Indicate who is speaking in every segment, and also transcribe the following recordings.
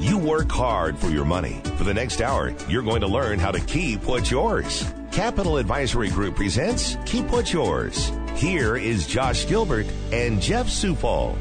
Speaker 1: You work hard for your money. For the next hour, you're going to learn how to keep what's yours. Capital Advisory Group presents Keep What's Yours. Here is Josh Gilbert and Jeff Supal.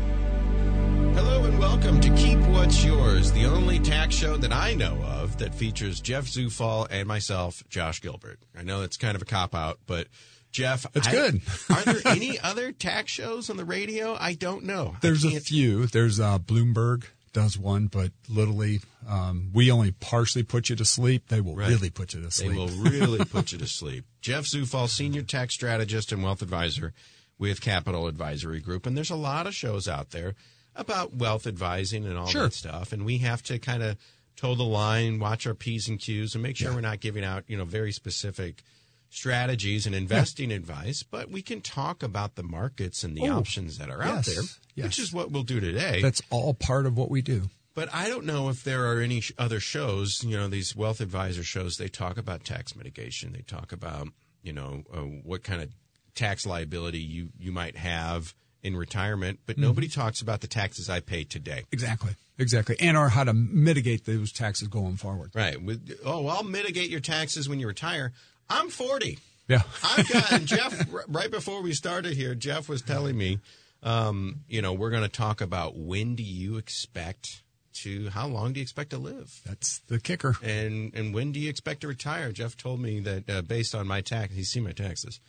Speaker 2: Hello and welcome to Keep What's Yours, the only tax show that I know of that features Jeff Zufall and myself, Josh Gilbert. I know that's kind of a cop out, but Jeff,
Speaker 3: It's
Speaker 2: I-
Speaker 3: good.
Speaker 2: are there any other tax shows on the radio? I don't know. I
Speaker 3: There's a
Speaker 2: can't-
Speaker 3: few. There's uh, Bloomberg does one, but literally, um, we only partially put you to sleep. They will
Speaker 2: Right.
Speaker 3: really put you to
Speaker 2: They
Speaker 3: sleep.
Speaker 2: will really put you to sleep. Jeff Zufall, senior tax strategist and wealth advisor with Capital Advisory Group, and there's a lot of shows out there about wealth advising and all
Speaker 3: Sure.
Speaker 2: that stuff, and we have to kind of toe the line, watch our p's and q's, and make sure we're not giving out you know very specific strategies and investing advice, but we can talk about the markets and the
Speaker 3: Oh,
Speaker 2: options that are out
Speaker 3: yes,
Speaker 2: there, which
Speaker 3: yes.
Speaker 2: is what we'll do today.
Speaker 3: That's all part of what we do.
Speaker 2: But I don't know if there are any sh- other shows, you know, these wealth advisor shows, they talk about tax mitigation. They talk about, you know, uh, what kind of tax liability you, you might have in retirement, but nobody talks about the taxes I pay today.
Speaker 3: Exactly. Exactly. And or how to mitigate those taxes going forward.
Speaker 2: Right. With, oh, I'll mitigate your taxes when you retire. I'm 40.
Speaker 3: Yeah.
Speaker 2: I've gotten Jeff r- right before we started here. Jeff was telling me, um, you know, we're going to talk about when do you expect to, how long do you expect to live?
Speaker 3: That's the kicker.
Speaker 2: and and when do you expect to retire? Jeff told me that uh, based on my tax, he's seen my taxes.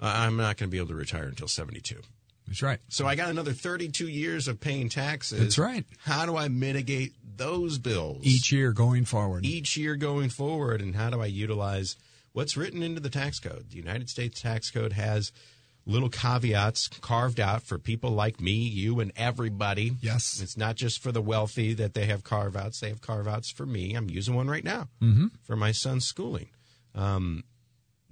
Speaker 2: Uh, I'm not going to be able to retire until 72.
Speaker 3: That's right.
Speaker 2: So I got another 32 years of paying taxes.
Speaker 3: That's right.
Speaker 2: How do I mitigate those bills
Speaker 3: Each year going forward.
Speaker 2: each year going forward, and how do I utilize what's written into the tax code? The United States tax code has little caveats carved out for people like me, you, and everybody.
Speaker 3: Yes.
Speaker 2: It's not just for the wealthy that they have carve outs. They have carve outs for me. I'm using one right now mm-hmm. for my son's schooling. Um,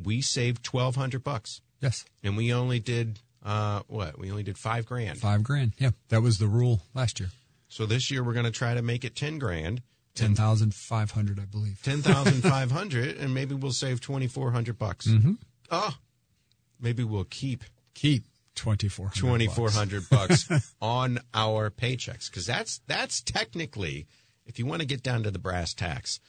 Speaker 2: we saved twelve hundred bucks,
Speaker 3: Yes.
Speaker 2: and we only did uh, what? We only did five grand.
Speaker 3: Five grand. Yeah. That was the rule last year.
Speaker 2: So this year we're going to try to make it ten grand.
Speaker 3: Ten thousand five hundred, I believe.
Speaker 2: ten thousand five hundred, and maybe we'll save twenty four hundred bucks. Oh, maybe we'll keep
Speaker 3: Keep twenty four hundred.
Speaker 2: twenty four hundred bucks on our paychecks because that's that's technically, if you want to get down to the brass tacks,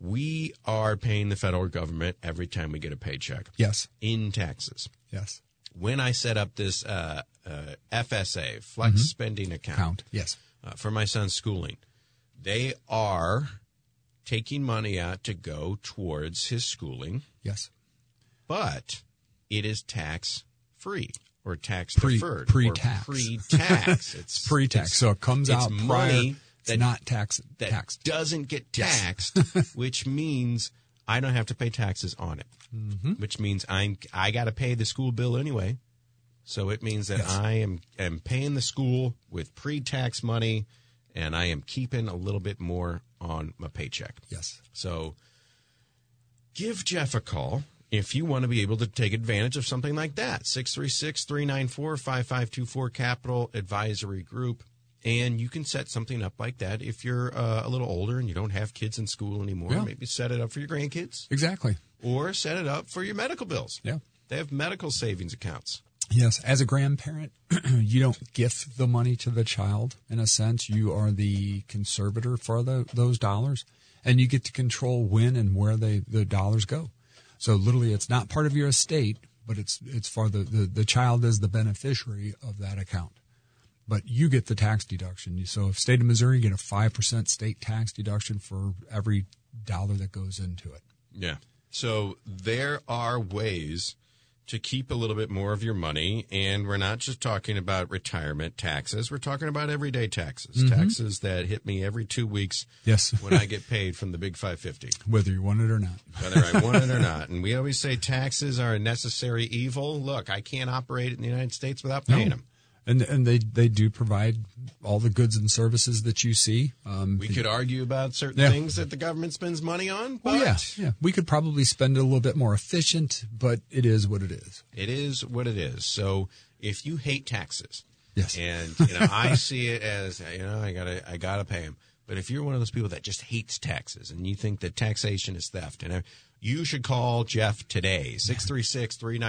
Speaker 2: we are paying the federal government every time we get a paycheck
Speaker 3: Yes.
Speaker 2: in taxes.
Speaker 3: Yes.
Speaker 2: When I set up this uh, uh, FSA, Flex Spending Account,
Speaker 3: Count. Yes.
Speaker 2: uh, for my son's schooling. They are taking money out to go towards his schooling,
Speaker 3: Yes.
Speaker 2: but it is tax free or tax
Speaker 3: Pre-
Speaker 2: deferred,
Speaker 3: pre-tax.
Speaker 2: pre tax. It's
Speaker 3: Pre tax. So it comes
Speaker 2: it's
Speaker 3: out prior.
Speaker 2: money
Speaker 3: it's
Speaker 2: that-
Speaker 3: not tax
Speaker 2: that
Speaker 3: taxed.
Speaker 2: doesn't get taxed, which means I don't have to pay taxes on it.
Speaker 3: Mm-hmm.
Speaker 2: Which means I'm I got to pay the school bill anyway. So it means that I am am paying the school with pre-tax money, and I am keeping a little bit more on my paycheck.
Speaker 3: Yes.
Speaker 2: So give Jeff a call if you want to be able to take advantage of something like that. 636 394 5524 Capital Advisory Group. And you can set something up like that if you're uh, a little older and you don't have kids in school anymore.
Speaker 3: Yeah.
Speaker 2: Maybe set it up for your grandkids
Speaker 3: Exactly.
Speaker 2: or set it up for your medical bills.
Speaker 3: Yeah.
Speaker 2: They have medical savings accounts.
Speaker 3: Yes, as a grandparent, you don't gift the money to the child. In a sense, you are the conservator for the, those dollars, and you get to control when and where they the dollars go. So literally, it's not part of your estate, but it's it's for the the, the child is the beneficiary of that account. But you get the tax deduction. So if state of Missouri, you get a five percent state tax deduction for every dollar that goes into it.
Speaker 2: Yeah. So there are ways to keep a little bit more of your money. And we're not just talking about retirement taxes, we're talking about everyday taxes,
Speaker 3: Mm-hmm.
Speaker 2: taxes that hit me every two weeks
Speaker 3: Yes,
Speaker 2: when I get paid from the big 550,
Speaker 3: whether you want it or not.
Speaker 2: whether I want it or not. And we always say taxes are a necessary evil. Look, I can't operate in the United States without paying them.
Speaker 3: and and they they do provide all the goods and services that you see. Um,
Speaker 2: We
Speaker 3: the-
Speaker 2: could argue about certain
Speaker 3: Yeah.
Speaker 2: things that the government spends money on, but
Speaker 3: Well, yeah, yeah. We could probably spend it a little bit more efficient, but it is what it is.
Speaker 2: it is what it is. So if you hate taxes,
Speaker 3: Yes.
Speaker 2: and you know I see it as you know I gotta I gotta pay them. But if you're one of those people that just hates taxes and you think that taxation is theft, and uh, you should call Jeff today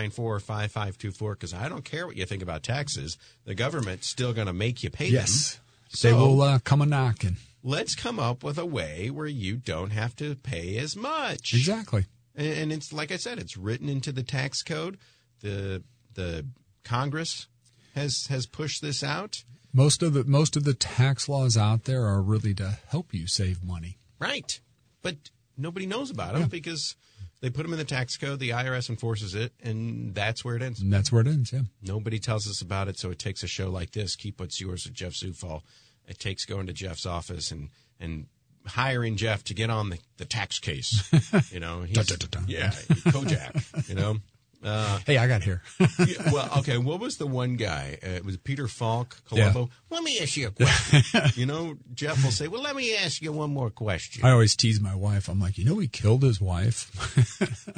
Speaker 2: 636-394-5524 because I don't care what you think about taxes. The government's still gonna make you pay
Speaker 3: Yes,
Speaker 2: them.
Speaker 3: they
Speaker 2: So-
Speaker 3: will uh, come a knocking.
Speaker 2: let's come up with a way where you don't have to pay as much.
Speaker 3: Exactly.
Speaker 2: And, and it's like I said, it's written into the tax code. The the Congress has has pushed this out.
Speaker 3: Most of the most of the tax laws out there are really to help you save money.
Speaker 2: Right. But nobody knows about them because they put them in the tax code, the IRS enforces it, and that's where it ends.
Speaker 3: And that's where it ends, yeah.
Speaker 2: Nobody tells us about it, so it takes a show like this, Keep What's Yours with Jeff Zufall. It takes going to Jeff's office and, and hiring Jeff to get on the, the tax case. You know, he's,
Speaker 3: Dun, dun, dun, dun.
Speaker 2: yeah, Kojak, you know. Uh,
Speaker 3: Hey, I got here.
Speaker 2: yeah, well, okay, what was the one guy? Uh, it was Peter Falk, Columbo. Let me ask you a question. you know, Jeff will say, well, let me ask you one more question.
Speaker 3: I always tease my wife. I'm like, you know, he killed his wife.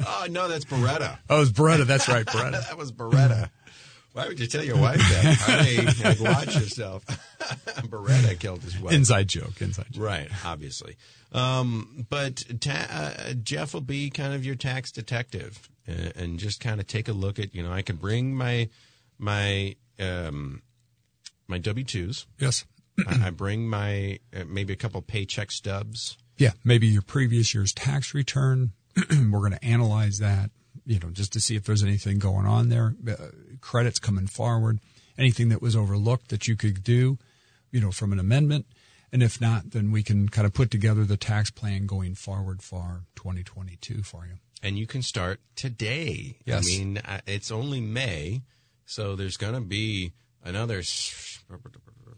Speaker 2: oh, no, that's Beretta.
Speaker 3: oh, it's Beretta. That's right, Beretta.
Speaker 2: That was Beretta. Why would you tell your wife that? Honey, like, watch yourself. Beretta killed his wife.
Speaker 3: Inside joke. Inside joke.
Speaker 2: Right, obviously. Um, but ta- uh, Jeff will be kind of your tax detective and, and just kind of take a look at, you know, I can bring my, my, um, my W 2s.
Speaker 3: Yes.
Speaker 2: I I bring my, uh, maybe a couple paycheck stubs.
Speaker 3: Yeah. Maybe your previous year's tax return. We're going to analyze that, you know, just to see if there's anything going on there. Uh, credits coming forward, anything that was overlooked that you could do, you know, from an amendment. And if not, then we can kind of put together the tax plan going forward for 2022 for you.
Speaker 2: and you can start today.
Speaker 3: Yes.
Speaker 2: I mean, I- it's only May, so there's going to be another s-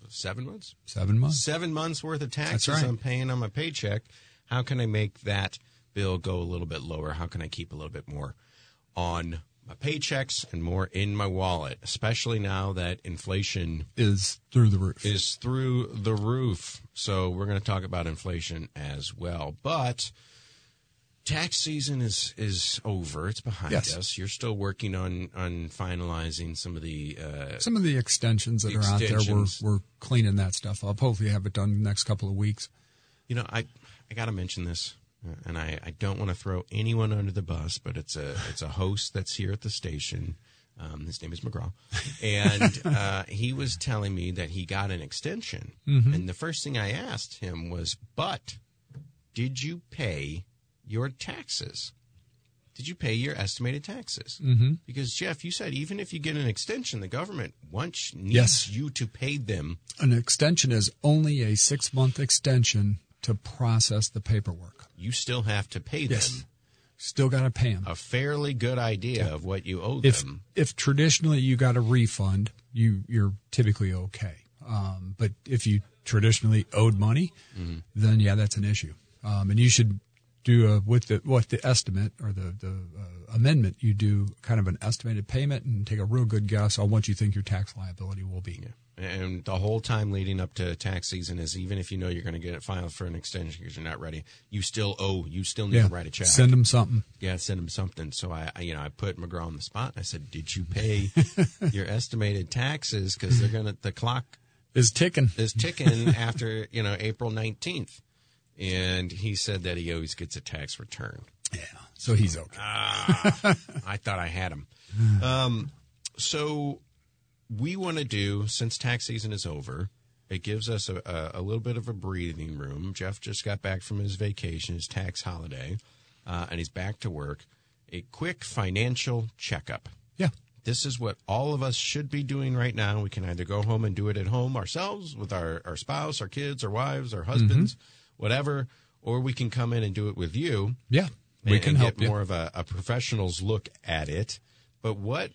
Speaker 2: seven months,
Speaker 3: Seven months.
Speaker 2: seven months worth of taxes
Speaker 3: right.
Speaker 2: I'm paying on my paycheck. How can I make that bill go a little bit lower? How can I keep a little bit more on my paychecks and more in my wallet, especially now that inflation
Speaker 3: Is through the roof.
Speaker 2: is through the roof. So we're going to talk about inflation as well. But tax season is is over. It's behind
Speaker 3: Yes.
Speaker 2: us. You're still working on on finalizing some of the uh,
Speaker 3: some of the extensions that are out there we're,
Speaker 2: Extensions.
Speaker 3: we're cleaning that stuff up hopefully have it done in the next couple of weeks
Speaker 2: You know, I I got to mention this, uh, and I, I don't want to throw anyone under the bus, but it's a it's a host that's here at the station. Um, his name is McGraw, and uh, he was telling me that he got an extension.
Speaker 3: Mm-hmm.
Speaker 2: And the first thing I asked him was, "But did you pay your taxes? Did you pay your estimated taxes?" Mm-hmm. Because Jeff, you said even if you get an extension, the government wants needs
Speaker 3: Yes.
Speaker 2: you to pay them
Speaker 3: an extension is only a six month extension to process the paperwork
Speaker 2: you still have to pay
Speaker 3: Yes.
Speaker 2: them.
Speaker 3: still got to pay them
Speaker 2: a fairly good idea of what you owe
Speaker 3: if
Speaker 2: them.
Speaker 3: if traditionally you got a refund you you're typically okay um, but if you traditionally owed money
Speaker 2: Mm-hmm.
Speaker 3: then yeah that's an issue um, and you should do a with the what the estimate or the the uh, amendment you do kind of an estimated payment and take a real good guess on what you think your tax liability will be
Speaker 2: And the whole time leading up to tax season is even if you know you're going to get it filed for an extension because you're not ready, you still owe, you still need to write a check.
Speaker 3: Send them something.
Speaker 2: yeah, send him something. So I, I, you know, I put McGraw on the spot. And I said, "Did you pay your estimated taxes? Because they're gonna the clock
Speaker 3: Is ticking.
Speaker 2: is ticking after you know April 19th." And he said that he always gets a tax return.
Speaker 3: Yeah. So he's okay.
Speaker 2: Ah. I thought I had them. Um, so we want to do since tax season is over. It gives us a, a, a little bit of a breathing room. Jeff just got back from his vacation, his tax holiday, uh, and he's back to work. A quick financial checkup.
Speaker 3: Yeah.
Speaker 2: This is what all of us should be doing right now. We can either go home and do it at home ourselves with our, our spouse, our kids, our wives, our husbands, whatever, or we can come in and do it with you
Speaker 3: Yeah.
Speaker 2: and- and get more of a, a professional's look at it. But what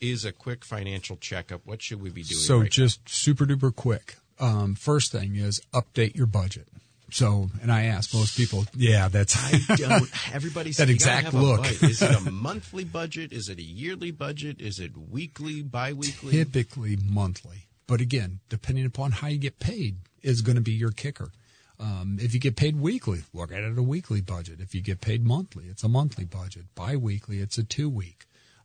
Speaker 2: is a quick financial checkup? What should we be doing?
Speaker 3: So
Speaker 2: right
Speaker 3: just super duper quick. Um, first thing is update your budget. So, and I ask most people, yeah, that's
Speaker 2: now? I don't. Everybody said
Speaker 3: That
Speaker 2: you gotta
Speaker 3: exact
Speaker 2: have a
Speaker 3: look.
Speaker 2: budget. Is it a monthly budget? Is it a yearly budget? Is it weekly, biweekly?
Speaker 3: typically monthly. But again, depending upon how you get paid is going to be your kicker. Um, if you get paid weekly, look at it a weekly budget. If you get paid monthly, it's a monthly budget. Bi-weekly, it's a two-week.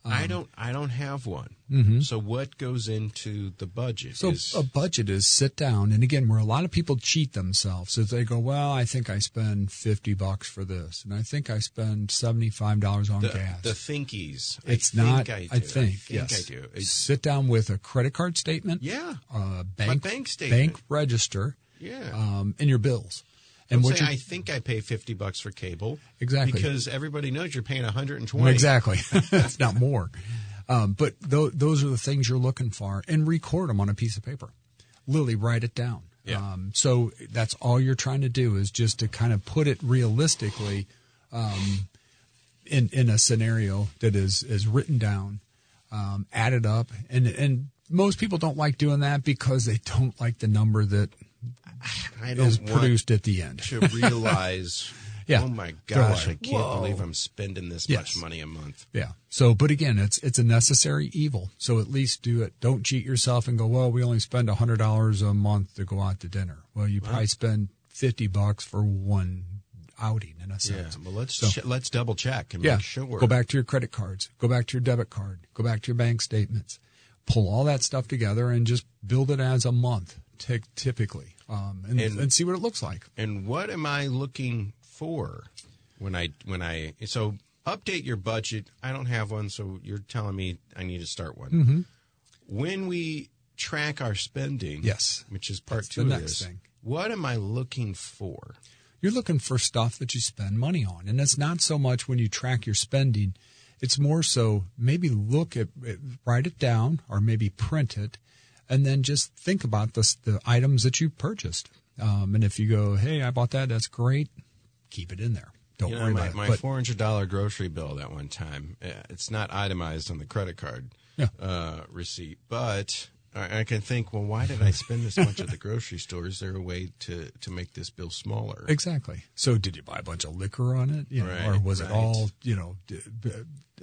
Speaker 2: I don't. I don't have one. So what goes into the budget?
Speaker 3: Mm-hmm. So
Speaker 2: is,
Speaker 3: a budget is sit down, and again, where a lot of people cheat themselves is they go, "Well, I think I spend fifty bucks for this, and I think I spend seventy-five dollars on
Speaker 2: the,
Speaker 3: gas."
Speaker 2: the thinkies.
Speaker 3: it's
Speaker 2: I
Speaker 3: not.
Speaker 2: Think I, do.
Speaker 3: I think.
Speaker 2: I
Speaker 3: yes.
Speaker 2: I do. It's-
Speaker 3: sit down with a credit card statement.
Speaker 2: yeah.
Speaker 3: A bank
Speaker 2: bank statement.
Speaker 3: bank register.
Speaker 2: Yeah.
Speaker 3: Um, and your bills.
Speaker 2: And
Speaker 3: And
Speaker 2: what
Speaker 3: what
Speaker 2: say,
Speaker 3: you
Speaker 2: I think I pay fifty bucks for cable.
Speaker 3: Exactly.
Speaker 2: Because everybody knows you're paying one hundred and twenty.
Speaker 3: Exactly. it's not more. Um, but tho- those are the things you're looking for and record them on a piece of paper. Literally write it down.
Speaker 2: Yeah.
Speaker 3: Um, so that's all you're trying to do is just to kind of put it realistically um, in, in a scenario that is, is written down, um, added up. And, and most people don't like doing that because they don't like the number that
Speaker 2: I don't
Speaker 3: is
Speaker 2: want
Speaker 3: produced at the end.
Speaker 2: to realize.
Speaker 3: Yeah.
Speaker 2: Oh my
Speaker 3: They're
Speaker 2: gosh! I
Speaker 3: like,
Speaker 2: can't believe I'm spending this
Speaker 3: Yes.
Speaker 2: much money a month.
Speaker 3: Yeah. So, but again, it's it's a necessary evil. So at least do it. Don't cheat yourself and go, well, we only spend hundred dollars a month to go out to dinner. Well, you probably spend fifty bucks for one outing in a
Speaker 2: Yeah.
Speaker 3: sense.
Speaker 2: Well, let's
Speaker 3: So-
Speaker 2: che- let's double check and
Speaker 3: Yeah.
Speaker 2: make sure.
Speaker 3: Go back to your credit cards. Go back to your debit card. Go back to your bank statements. Pull all that stuff together and just build it as a month, ty- typically, um, and,
Speaker 2: And-
Speaker 3: and, see what it looks like.
Speaker 2: and what am I looking for when I when I so update your budget? I don't have one, so you're telling me I need to start one.
Speaker 3: Mm-hmm.
Speaker 2: When we track our spending,
Speaker 3: Yes.
Speaker 2: which is part
Speaker 3: That's
Speaker 2: two
Speaker 3: the
Speaker 2: of
Speaker 3: next
Speaker 2: this.
Speaker 3: thing.
Speaker 2: What am I looking for?
Speaker 3: you're looking for stuff that you spend money on. And it's not so much when you track your spending, it's more so maybe look at, write it down or maybe print it, and then just think about the, the items that you purchased. Um, and if you go, hey, I bought that, that's great, keep it in there. Don't
Speaker 2: You know,
Speaker 3: worry
Speaker 2: my,
Speaker 3: about
Speaker 2: my
Speaker 3: it. But
Speaker 2: four hundred dollar grocery bill that one time. uh, It's not itemized on the credit card
Speaker 3: Yeah.
Speaker 2: uh, receipt, but I, I can think, well, why did I spend this much at the grocery store? Is there a way to to make this bill smaller?
Speaker 3: Exactly. So, did you buy a bunch of liquor on it, you know, or
Speaker 2: Right,
Speaker 3: was
Speaker 2: right.
Speaker 3: it all you know d- b-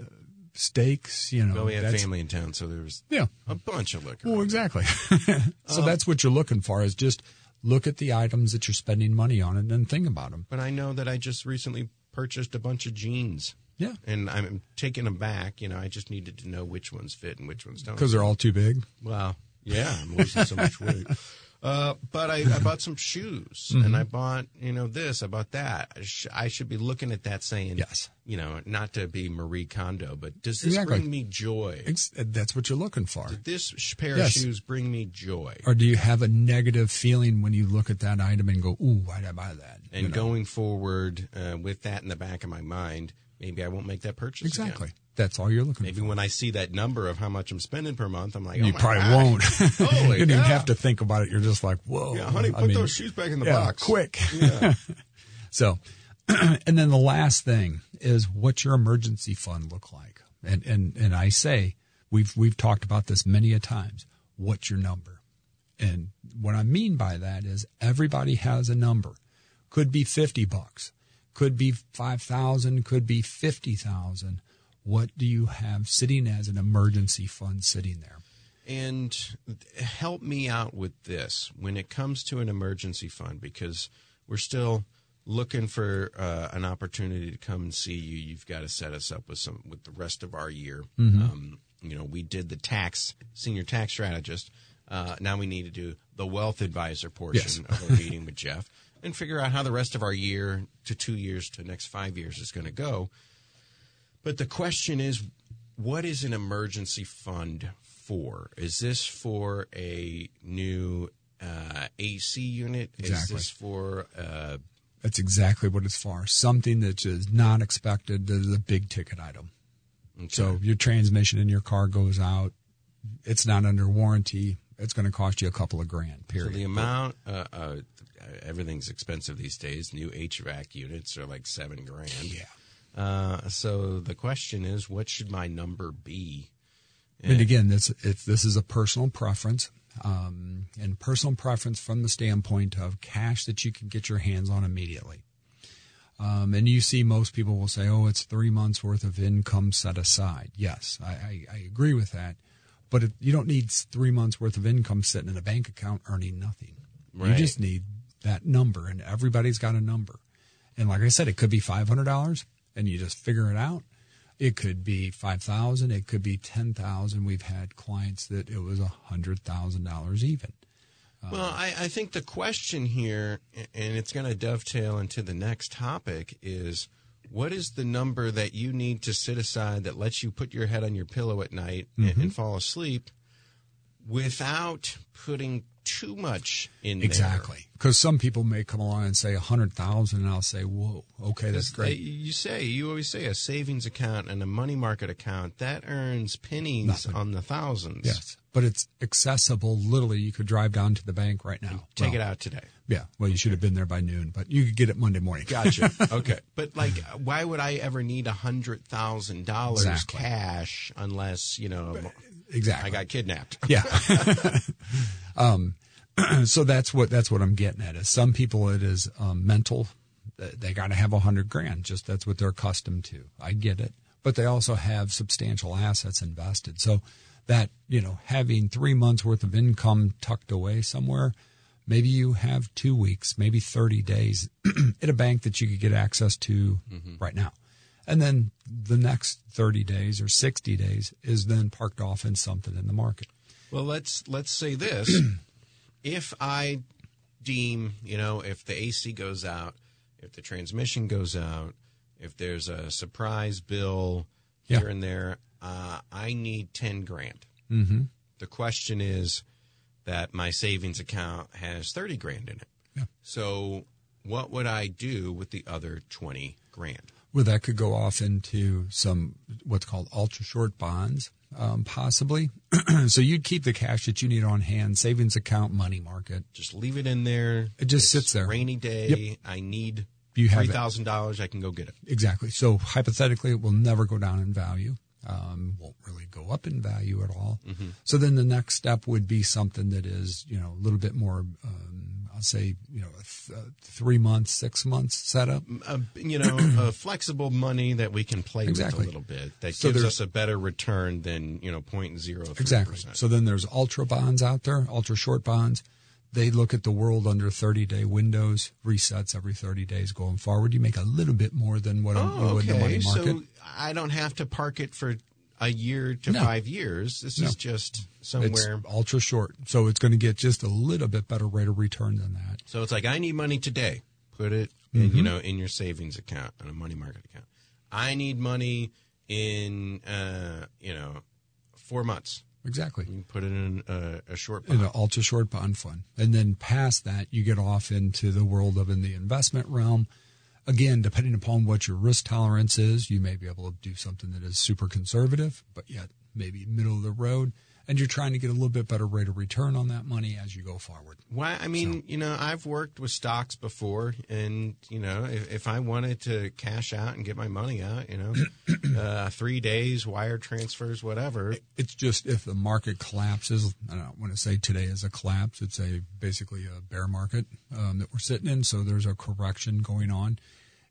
Speaker 3: uh, steaks? You know,
Speaker 2: Well, we had
Speaker 3: that's-
Speaker 2: family in town, so there was
Speaker 3: Yeah,
Speaker 2: a bunch of liquor.
Speaker 3: Well, exactly. so
Speaker 2: Um,
Speaker 3: that's what you're looking for is just look at the items that you're spending money on and then think about them.
Speaker 2: But I know that I just recently purchased a bunch of jeans.
Speaker 3: Yeah.
Speaker 2: And I'm taking them back. You know, I just needed to know which ones fit and which ones don't.
Speaker 3: Because they're all too big.
Speaker 2: Wow. Yeah, I'm losing so much weight. Uh, but I, I bought some shoes
Speaker 3: Mm-hmm.
Speaker 2: and I bought, you know, this, I bought that. I, sh- I should be looking at that saying,
Speaker 3: Yes.
Speaker 2: you know, not to be Marie Kondo, but does this
Speaker 3: Exactly.
Speaker 2: bring me joy?
Speaker 3: Ex- That's what you're looking for.
Speaker 2: This sh- pair
Speaker 3: Yes.
Speaker 2: of shoes bring me joy.
Speaker 3: Or do you have a negative feeling when you look at that item and go, ooh, why'd I buy that? You
Speaker 2: and
Speaker 3: know?
Speaker 2: going forward uh, with that in the back of my mind, maybe I won't make that purchase. again.
Speaker 3: Exactly. That's all you're looking
Speaker 2: Maybe when I see that number of how much I'm spending per month, I'm like,
Speaker 3: for.
Speaker 2: oh
Speaker 3: You
Speaker 2: my
Speaker 3: probably
Speaker 2: gosh.
Speaker 3: won't. you
Speaker 2: Holy
Speaker 3: don't even
Speaker 2: cow.
Speaker 3: have to think about it. You're just like, whoa.
Speaker 2: Yeah, honey,
Speaker 3: I
Speaker 2: put
Speaker 3: mean,
Speaker 2: those shoes back in the
Speaker 3: yeah,
Speaker 2: box.
Speaker 3: quick. so, and then the last thing is what your emergency fund look like. And and and I say we've we've talked about this many a times. What's your number? And what I mean by that is everybody has a number. Could be 50 bucks, could be 5,000, could be 50,000. What do you have sitting as an emergency fund sitting there?
Speaker 2: And help me out with this when it comes to an emergency fund, because we're still looking for uh, an opportunity to come and see you. You've got to set us up with some with the rest of our year. Um, you know, we did the tax senior tax strategist. Uh, now we need to do the wealth advisor portion of our meeting with Jeff and figure out how the rest of our year to two years to next five years is going to go. But the question is, what is an emergency fund for? Is this for a new uh, AC unit? Is
Speaker 3: Exactly.
Speaker 2: this for uh,
Speaker 3: That's exactly what it's for. Something that is not expected that is a big ticket item. So your transmission in your car goes out. It's not under warranty. It's going to cost you a couple of grand.
Speaker 2: so
Speaker 3: Period.
Speaker 2: the amount? Uh, uh, everything's expensive these days. New HVAC units are like seven grand.
Speaker 3: yeah.
Speaker 2: Uh, so the question is, what should my number be?
Speaker 3: And again, this if this is a personal preference, um, and personal preference from the standpoint of cash that you can get your hands on immediately. Um, and you see, most people will say, "Oh, it's three months worth of income set aside." Yes, I, I, I agree with that, But if, you don't need three months worth of income sitting in a bank account earning nothing. You
Speaker 2: Right.
Speaker 3: just need that number, and everybody's got a number. And like I said, it could be five hundred dollars, and you just figure it out. It could be five thousand. It could be ten thousand. We've had clients that it was a hundred thousand dollars even.
Speaker 2: Well, I, I think the question here, a- and it's going to dovetail into the next topic, is what is the number that you need to sit aside that lets you put your head on your pillow at night a-
Speaker 3: Mm-hmm.
Speaker 2: and, fall asleep without putting too much in there?
Speaker 3: Exactly, because some people may come along and say a hundred thousand, and I'll say, "Whoa, okay,
Speaker 2: Because
Speaker 3: that's
Speaker 2: they-
Speaker 3: great."
Speaker 2: you say you always say a savings account and a money market account that earns pennies on the thousands.
Speaker 3: Yes, but it's accessible. Literally, you could drive down to the bank right now.
Speaker 2: Take it
Speaker 3: Well,
Speaker 2: out today.
Speaker 3: Yeah, well, you should have been there by noon, but you could get it Monday morning.
Speaker 2: Gotcha. Okay. but like, why would I ever need a hundred thousand dollars
Speaker 3: Exactly.
Speaker 2: cash unless you know
Speaker 3: exactly.
Speaker 2: I got kidnapped?
Speaker 3: Yeah. um, so that's what that's what I'm getting at. Is some people it is um, mental. They- They got to have a hundred grand. Just that's what they're accustomed to. I get it, but they also have substantial assets invested. So that you know, having three months worth of income tucked away somewhere, maybe you have two weeks, maybe thirty days at a bank that you could get access to right now. And then the next 30 days or 60 days is then parked off in something in the market.
Speaker 2: Well, let's let's say this: if I deem, you know, if the AC goes out, if the transmission goes out, if there's a surprise bill
Speaker 3: Yeah.
Speaker 2: here and there, uh, I need ten grand. Mm-hmm. The question is that my savings account has thirty grand in it.
Speaker 3: Yeah.
Speaker 2: So, what would I do with the other twenty grand?
Speaker 3: Well, that could go off into some what's called ultra short bonds, um, possibly. so you'd keep the cash that you need on hand, savings account, money market.
Speaker 2: Just leave it in there.
Speaker 3: It just
Speaker 2: It's
Speaker 3: sits there.
Speaker 2: Rainy day. I need
Speaker 3: You have
Speaker 2: three
Speaker 3: it.
Speaker 2: thousand dollars. I can go get it.
Speaker 3: Exactly. So hypothetically, it will never go down in value. Um, won't really go up in value at all.
Speaker 2: Mm-hmm.
Speaker 3: So then the next step would be something that is, you know, a little bit more, um, I'll say, you know, a th- uh, three months, six months setup.
Speaker 2: a, you know, a flexible money that we can play
Speaker 3: Exactly.
Speaker 2: with a little bit that
Speaker 3: So
Speaker 2: gives us
Speaker 3: there's-
Speaker 2: a better return than you know point zero three
Speaker 3: Exactly.
Speaker 2: percent.
Speaker 3: So then there's ultra bonds out there, ultra short bonds. They look at the world under 30 day windows, resets every 30 days going forward. You make a little bit more than what you
Speaker 2: Oh,
Speaker 3: would the money
Speaker 2: okay.
Speaker 3: market.
Speaker 2: So I don't have to park it for a year to
Speaker 3: No.
Speaker 2: five years. This
Speaker 3: No.
Speaker 2: is just
Speaker 3: it's
Speaker 2: somewhere.
Speaker 3: ultra short. So it's going to get just a little bit better rate of return than that.
Speaker 2: so it's like I need money today. Put it,
Speaker 3: Mm-hmm.
Speaker 2: in, you know, in your savings account and a money market account. I need money in, uh, you know, four months.
Speaker 3: Exactly.
Speaker 2: You put it in a, a short.
Speaker 3: in
Speaker 2: bond.
Speaker 3: an ultra short bond fund. And then past that, you get off into the world of in the investment realm. Again, depending upon what your risk tolerance is, you may be able to do something that is super conservative, but yet maybe middle of the road. And you're trying to get a little bit better rate of return on that money as you go forward.
Speaker 2: Why? I mean, you know, I've worked with stocks before, and you know, if, if I wanted to cash out and get my money out, you know, uh, three days, wire transfers, whatever.
Speaker 3: It's just if the market collapses, I don't want to say today is a collapse. It's a basically a bear market um, that we're sitting in. So there's a correction going on.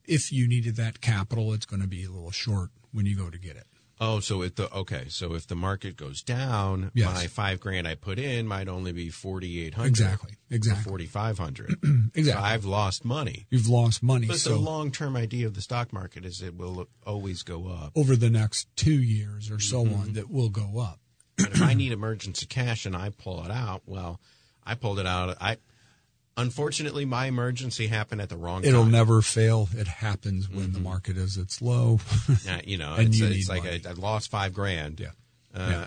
Speaker 3: If you needed that capital, it's going to be a little short when you go to get it.
Speaker 2: Oh, so if the okay, so if the market goes down,
Speaker 3: Yes.
Speaker 2: my five grand I put in might only be forty eight hundred,
Speaker 3: Exactly, exactly.
Speaker 2: forty five hundred. So
Speaker 3: Exactly.
Speaker 2: I've lost money.
Speaker 3: You've lost money.
Speaker 2: But
Speaker 3: so
Speaker 2: the long term idea of the stock market is it will always go up.
Speaker 3: over the next two years or so
Speaker 2: Mm-hmm.
Speaker 3: on, that will go up.
Speaker 2: But if I need emergency cash and I pull it out, well, I pulled it out. I unfortunately my emergency happened at the wrong
Speaker 3: It'll
Speaker 2: time.
Speaker 3: never fail. It happens when
Speaker 2: Mm-hmm.
Speaker 3: the market is its low.
Speaker 2: Uh, you know,
Speaker 3: And
Speaker 2: it's,
Speaker 3: you
Speaker 2: it's
Speaker 3: need
Speaker 2: like I,
Speaker 3: money.
Speaker 2: I lost five grand.
Speaker 3: Yeah.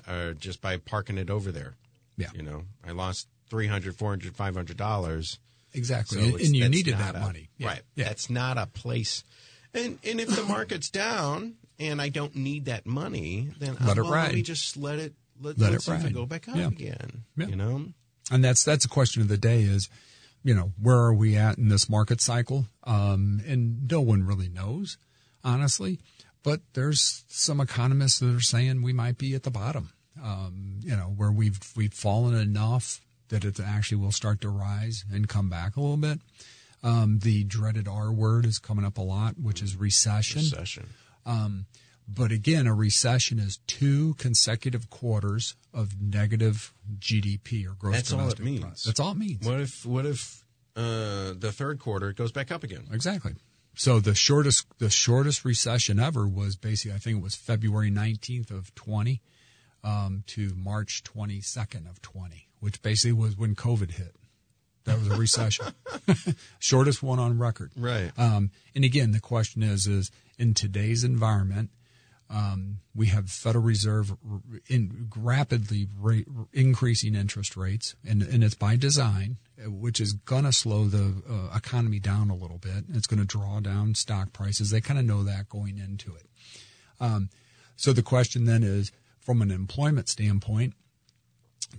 Speaker 2: Uh, Or just by parking it over there.
Speaker 3: Yeah.
Speaker 2: You know, I lost 300, 400, 500 dollars.
Speaker 3: exactly.
Speaker 2: So
Speaker 3: and
Speaker 2: it's-
Speaker 3: and you
Speaker 2: that's
Speaker 3: needed
Speaker 2: not
Speaker 3: that
Speaker 2: a-
Speaker 3: money. Yeah.
Speaker 2: Right.
Speaker 3: Yeah.
Speaker 2: That's not a place. And and if the market's down and I don't need that money, then
Speaker 3: Let
Speaker 2: uh,
Speaker 3: it
Speaker 2: well, Let me
Speaker 3: ride.
Speaker 2: just let it let,
Speaker 3: Let
Speaker 2: let's
Speaker 3: it
Speaker 2: see if
Speaker 3: ride.
Speaker 2: go back up
Speaker 3: Yeah.
Speaker 2: again.
Speaker 3: Yeah.
Speaker 2: You know?
Speaker 3: and that's that's the question of the day is you know where are we at in this market cycle um, and no one really knows honestly but there's some economists that are saying we might be at the bottom um, you know where we've we've fallen enough that it actually will start to rise and come back a little bit um, the dreaded r word is coming up a lot which is recession
Speaker 2: Recession.
Speaker 3: But again, a recession is two consecutive quarters of negative GDP or gross
Speaker 2: That's all
Speaker 3: domestic
Speaker 2: it means.
Speaker 3: product. That's all it means.
Speaker 2: What if what if uh, the third quarter it goes back up again?
Speaker 3: Exactly. So the shortest the shortest recession ever was basically I think it was February 19th of 20 um, to March 22nd of 20, which basically was when COVID hit. That was a recession, shortest one on record.
Speaker 2: Right.
Speaker 3: Um, and again, the question is: is in today's environment, um, we have Federal Reserve r- in rapidly ra- increasing interest rates, and, and it's by design, uh, which is going to slow the uh, economy down a little bit. It's going to draw down stock prices. They kind of know that going into it. So the question then is, from an employment standpoint,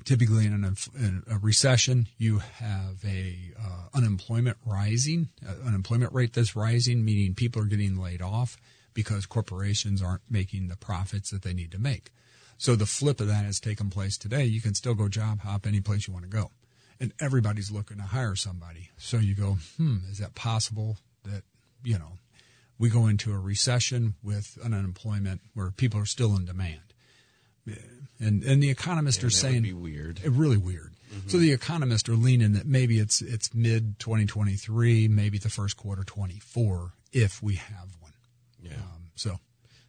Speaker 3: typically in, an, inf- in a recession, you have a uh, unemployment rising, uh, unemployment rate that's rising, meaning people are getting laid off because corporations aren't making the profits that they need to make. So the flip of that has taken place today. You can still go job hop any place you want to go, and everybody's looking to hire somebody. So you go, hmm, is that possible that you know we go into a recession with an unemployment where people are still in demand? And and the economists
Speaker 2: that
Speaker 3: are
Speaker 2: would
Speaker 3: saying
Speaker 2: be weird.
Speaker 3: it really weird. So the economists are leaning that maybe it's it's mid 2023, maybe the first quarter 24, if we have one.
Speaker 2: Yeah.
Speaker 3: Um, so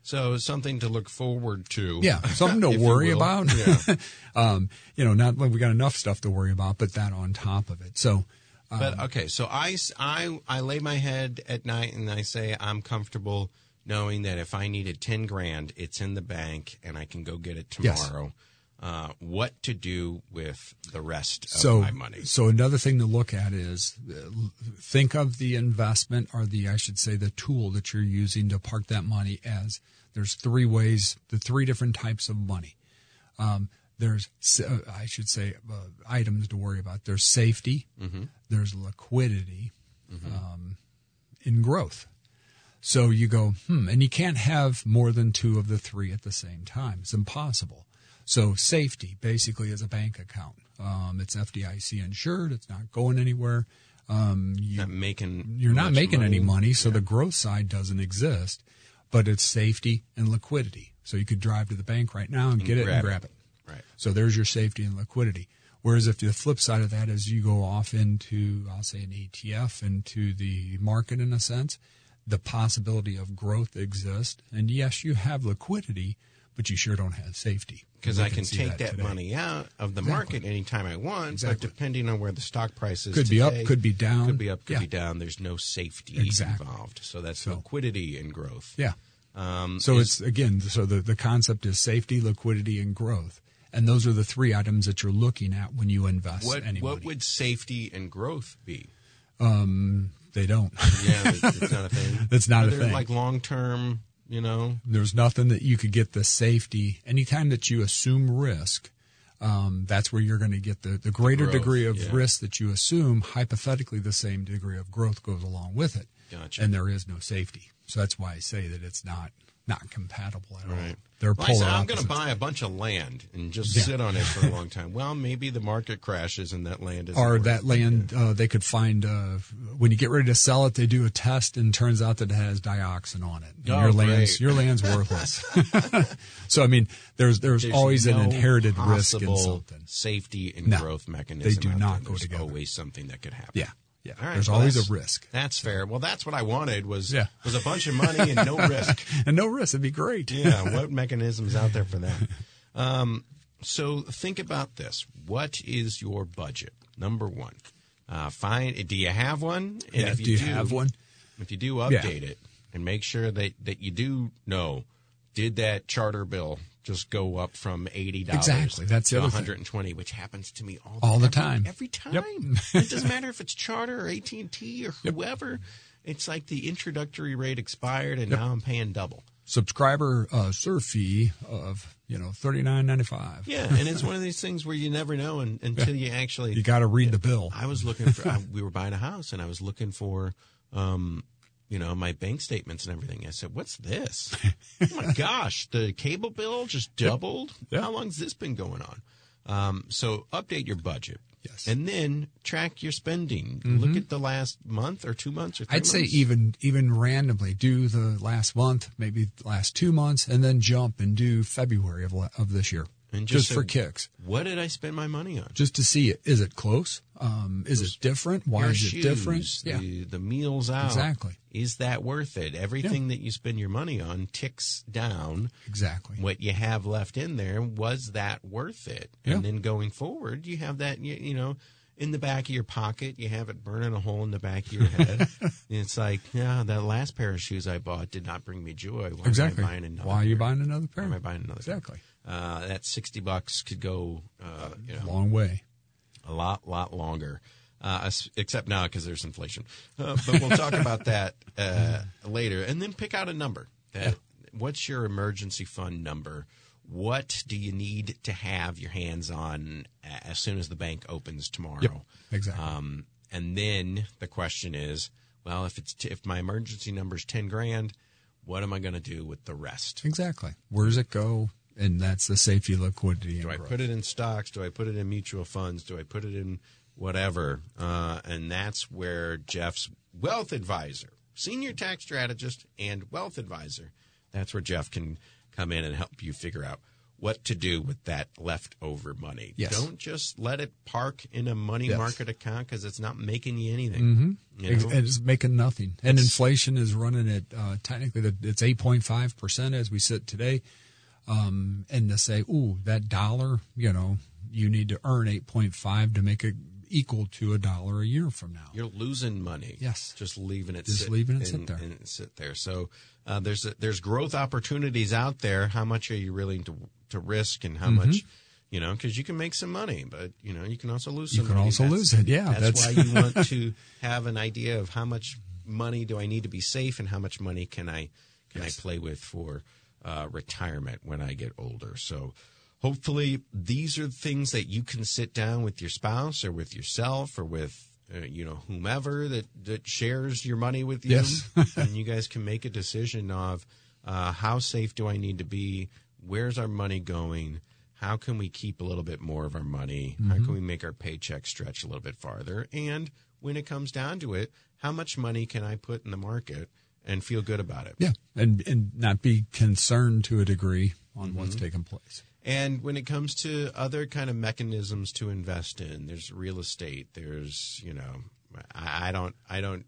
Speaker 2: So something to look forward to.
Speaker 3: yeah, something to
Speaker 2: if you
Speaker 3: worry
Speaker 2: will.
Speaker 3: about.
Speaker 2: Yeah.
Speaker 3: um, you know, not like we got enough stuff to worry about, but that on top of it. So
Speaker 2: But okay, so I, s- I- I lay my head at night and I say I'm comfortable knowing that if I needed 10 grand, it's in the bank and I can go get it
Speaker 3: Yes.
Speaker 2: tomorrow. Uh, what to do with the rest of
Speaker 3: so
Speaker 2: my money?
Speaker 3: so another thing to look at is uh, l- think of the investment or the I should say the tool that you're using to park that money as there's three ways, the three different types of money. Um, there's s- uh, I should say uh, items to worry about. There's safety,
Speaker 2: Mm-hmm.
Speaker 3: there's liquidity, um, and growth. So you go, hmm, and you can't have more than two of the three at the same time. It's impossible. So safety basically is a bank account. Um, it's FDIC insured. It's not going anywhere. Um, you,
Speaker 2: Not making
Speaker 3: you're not
Speaker 2: much
Speaker 3: making any money, so the growth side doesn't exist. But it's safety and liquidity. So you could drive to the bank right now and, get it and
Speaker 2: grab it.
Speaker 3: grab it.
Speaker 2: Right.
Speaker 3: So there's your safety and liquidity. Whereas if the flip side of that is you go off into, I'll say an ETF, into the market in a sense, the possibility of growth exists. And yes, you have liquidity, but you sure don't have safety.
Speaker 2: Because
Speaker 3: We
Speaker 2: I can
Speaker 3: see
Speaker 2: take that,
Speaker 3: today.
Speaker 2: money out of the market anytime I want,
Speaker 3: Exactly.
Speaker 2: but depending on where the stock price is,
Speaker 3: Could be up,
Speaker 2: today,
Speaker 3: could be down.
Speaker 2: could be up, could
Speaker 3: Yeah.
Speaker 2: be down. There's no safety
Speaker 3: Exactly.
Speaker 2: involved, so that's
Speaker 3: So-
Speaker 2: liquidity and growth.
Speaker 3: Yeah.
Speaker 2: Um,
Speaker 3: So
Speaker 2: is-
Speaker 3: it's again, so the, the concept is safety, liquidity, and growth. And those are the three items that you're looking at when you invest
Speaker 2: what
Speaker 3: any
Speaker 2: what
Speaker 3: money. Um,
Speaker 2: would safety and growth be?
Speaker 3: they don't.
Speaker 2: Yeah, it's it's not a thing.
Speaker 3: That's not
Speaker 2: Are
Speaker 3: a
Speaker 2: there,
Speaker 3: thing.
Speaker 2: Like long term, you know.
Speaker 3: there's nothing that you could get the safety anytime that you assume risk um, that's where you're going to get the, the greater
Speaker 2: growth,
Speaker 3: degree of
Speaker 2: yeah.
Speaker 3: risk that you assume hypothetically the same degree of growth goes along with it
Speaker 2: Gotcha.
Speaker 3: and there is no safety so that's why i say that it's not not compatible at all
Speaker 2: Right.
Speaker 3: they're
Speaker 2: Well, I
Speaker 3: polar
Speaker 2: said, I'm going
Speaker 3: opposites.
Speaker 2: to buy a bunch of land and just
Speaker 3: Yeah.
Speaker 2: sit on it for a long time. Well, maybe the market crashes and that land is
Speaker 3: or that land uh, they could find uh, when you get ready to sell it they do a test and turns out that it has dioxin on it And
Speaker 2: Oh,
Speaker 3: your land's
Speaker 2: great.
Speaker 3: your land's worthless so i mean there's there's, always an inherited risk in something
Speaker 2: Safety and
Speaker 3: No.
Speaker 2: growth mechanism.
Speaker 3: They do
Speaker 2: out
Speaker 3: not
Speaker 2: there.
Speaker 3: go
Speaker 2: There's
Speaker 3: together.
Speaker 2: Always something that could happen.
Speaker 3: Yeah, yeah.
Speaker 2: All right,
Speaker 3: There's
Speaker 2: well,
Speaker 3: always
Speaker 2: that's-
Speaker 3: a risk.
Speaker 2: That's fair. Well, that's what I wanted was
Speaker 3: Yeah.
Speaker 2: was a bunch of money and no risk.
Speaker 3: and no risk. It'd be great.
Speaker 2: yeah, what mechanisms out there for that? Um, so think about this: what is your budget? Number one, uh, find. Do you have one? And
Speaker 3: Yeah, do you have one?
Speaker 2: If you do,
Speaker 3: Yeah.
Speaker 2: update it and make sure that that you do know. Did that charter bill just go up from eighty dollars
Speaker 3: Exactly, that's the
Speaker 2: to
Speaker 3: other
Speaker 2: one
Speaker 3: thing.
Speaker 2: hundred and twenty, which happens to me all
Speaker 3: All the
Speaker 2: every-
Speaker 3: time.
Speaker 2: Every time,
Speaker 3: Yep.
Speaker 2: it doesn't matter if it's charter or AT and T or whoever. It's like the introductory rate expired, and now I'm paying double.
Speaker 3: Subscriber uh, serve fee of you know thirty nine ninety five.
Speaker 2: Yeah, and it's one of these things where you never know un until you actually.
Speaker 3: You got to read the bill.
Speaker 2: I was looking for. I, we were buying a house, and I was looking for, um, you know, my bank statements and everything. I said, "What's this? oh my gosh, the cable bill just doubled. How long's this been going on?" Um, so update your budget.
Speaker 3: Yes. Mm-hmm.
Speaker 2: And then track your spending. Look at the last month or two months or three
Speaker 3: I'd say
Speaker 2: months.
Speaker 3: even even randomly do the last month, maybe the last two months, and then jump and do February of la- of this year,
Speaker 2: And
Speaker 3: just,
Speaker 2: just
Speaker 3: for
Speaker 2: say-
Speaker 3: kicks,
Speaker 2: What did I spend my money on?
Speaker 3: just to see it. Is it close? Um, is it different? Why
Speaker 2: Your
Speaker 3: is
Speaker 2: shoes,
Speaker 3: it different?
Speaker 2: The, the meals out.
Speaker 3: Exactly.
Speaker 2: Is that worth it? Everything that you spend your money on ticks down
Speaker 3: exactly.
Speaker 2: what you have left in there. Was that worth it? And
Speaker 3: Yeah.
Speaker 2: then going forward, you have that, you, you know, in the back of your pocket, you have it burning a hole in the back of your head. and it's like, yeah, that last pair of shoes I bought did not bring me joy. Why
Speaker 3: Exactly.
Speaker 2: am I buying another
Speaker 3: Why are you
Speaker 2: pair?
Speaker 3: buying another pair?
Speaker 2: Why am I buying another pair?
Speaker 3: Exactly.
Speaker 2: Uh, that 60 bucks could go, uh, you know,
Speaker 3: Long way.
Speaker 2: a lot, lot longer. Uh, as- except now because there's inflation. Uh, but we'll talk about that uh, later. And then pick out a number. That, What's your emergency fund number? What do you need to have your hands on a- as soon as the bank opens tomorrow?
Speaker 3: Exactly.
Speaker 2: Um, and then the question is, well, if it's t- if my emergency number is ten grand, what am I going to do with the rest?
Speaker 3: exactly. Where does it go? And that's the safety, liquidity,
Speaker 2: Do
Speaker 3: and
Speaker 2: I
Speaker 3: growth.
Speaker 2: put it in stocks? Do I put it in mutual funds? Do I put it in whatever? Uh, and that's where Jeff's wealth advisor, senior tax strategist, and wealth advisor, that's where Jeff can come in and help you figure out what to do with that leftover money.
Speaker 3: Yes.
Speaker 2: Don't just let it park in a money
Speaker 3: Yes. Mm-hmm.
Speaker 2: market account because it's not making you anything. You
Speaker 3: Ex-
Speaker 2: know?
Speaker 3: and it's making nothing. And inflation is running at uh, technically the, it's eight point five percent as we sit today. Um, and to say, "Ooh, that dollar," you know, you need to earn eight point five to make it equal to a dollar a year from now.
Speaker 2: You're losing money.
Speaker 3: Yes.
Speaker 2: just leaving it.
Speaker 3: Just
Speaker 2: sit
Speaker 3: leaving it sit
Speaker 2: and-
Speaker 3: there.
Speaker 2: and sit there. So uh, there's there's growth opportunities out there. How much are you willing to to risk, and how
Speaker 3: Mm-hmm.
Speaker 2: much you know? Because you can make some money, but you know you can also lose. Some
Speaker 3: You can
Speaker 2: money.
Speaker 3: also
Speaker 2: That's-
Speaker 3: lose it. Yeah,
Speaker 2: that's,
Speaker 3: that's-
Speaker 2: why you want to have an idea of how much money do I need to be safe, and how much money can I can I play with for uh, retirement when I get older. So. Hopefully, these are things that you can sit down with your spouse or with yourself or with uh, you know whomever that that shares your money with you
Speaker 3: Yes.
Speaker 2: and you guys can make a decision of uh, how safe do i need to be where's our money going how can we keep a little bit more of our money how can we make our paycheck stretch a little bit farther and when it comes down to it how much money can i put in the market and feel good about it
Speaker 3: Yeah, and and not be concerned to a degree on what's
Speaker 2: Mm-hmm.
Speaker 3: taking place.
Speaker 2: And when it comes to other kind of mechanisms to invest in, there's real estate. There's you know, I, I don't I don't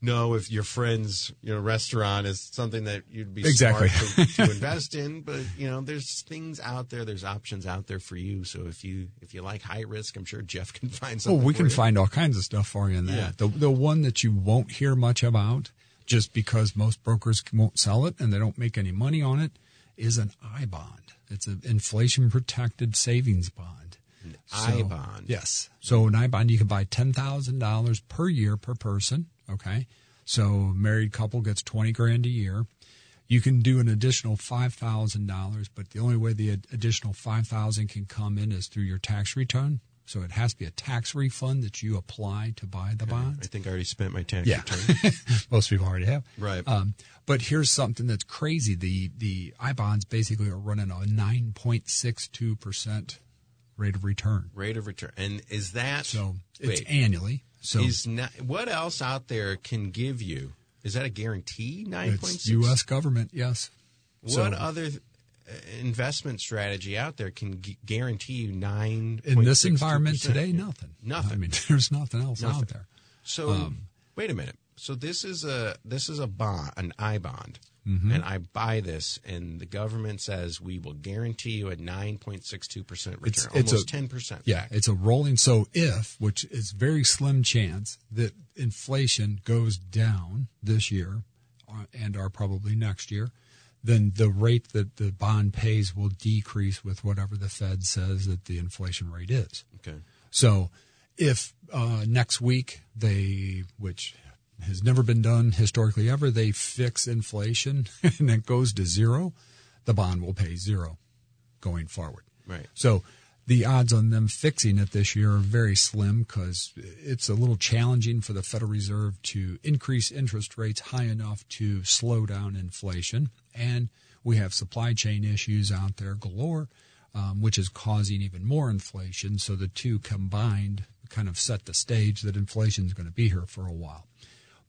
Speaker 2: know if your friend's you know restaurant is something that you'd be
Speaker 3: Exactly.
Speaker 2: smart to, to invest in. But you know, there's things out there. There's options out there for you. So if you if you like high risk, I'm sure Jeff can find
Speaker 3: Well,
Speaker 2: something.
Speaker 3: Oh, we
Speaker 2: for
Speaker 3: can
Speaker 2: you.
Speaker 3: find all kinds of stuff for you in that.
Speaker 2: Yeah.
Speaker 3: The, the one that you won't hear much about, just because most brokers won't sell it and they don't make any money on it, is an I bond. It's an inflation protected savings bond. An
Speaker 2: I bond.
Speaker 3: Yes. So an I bond, you can buy ten thousand dollars per year per person. Okay. So a married couple gets twenty grand a year. You can do an additional five thousand dollars, but the only way the ad- additional five thousand can come in is through your tax return. So it has to be a tax refund that you apply to buy the
Speaker 2: I
Speaker 3: bonds.
Speaker 2: think I already spent my tax
Speaker 3: Yeah.
Speaker 2: return.
Speaker 3: Most people already have.
Speaker 2: Right.
Speaker 3: Um, but here's something that's crazy: the the I bonds basically are running a nine point six two percent rate of return.
Speaker 2: Rate of return. And is that
Speaker 3: So it's
Speaker 2: wait,
Speaker 3: annually. So
Speaker 2: is not what else out there can give you? Is that a guarantee? Nine point
Speaker 3: It's
Speaker 2: six.
Speaker 3: U.S. government, yes.
Speaker 2: What
Speaker 3: So-
Speaker 2: other uh, investment strategy out there can gu- guarantee you nine
Speaker 3: In this environment today, nothing.
Speaker 2: Nothing.
Speaker 3: I mean, um, there's nothing else
Speaker 2: Nothing.
Speaker 3: out there.
Speaker 2: So wait a minute. So this is a this is a bond, an I bond,
Speaker 3: Mm-hmm.
Speaker 2: and I buy this, and the government says we will guarantee you a nine point six two percent
Speaker 3: It's-
Speaker 2: return,
Speaker 3: it's a-
Speaker 2: almost ten percent.
Speaker 3: Yeah, it's a rolling. So if, which is very slim chance that inflation goes down this year, uh, and are probably next year, then the rate that the bond pays will decrease with whatever the Fed says that the inflation rate is.
Speaker 2: Okay.
Speaker 3: So if uh, next week they, which has never been done historically ever, they fix inflation and it goes to zero, the bond will pay zero going forward.
Speaker 2: Right.
Speaker 3: So the odds on them fixing it this year are very slim because it's a little challenging for the Federal Reserve to increase interest rates high enough to slow down inflation. And we have supply chain issues out there galore. um, which is causing even more inflation. So the two combined kind of set the stage that inflation is going to be here for a while.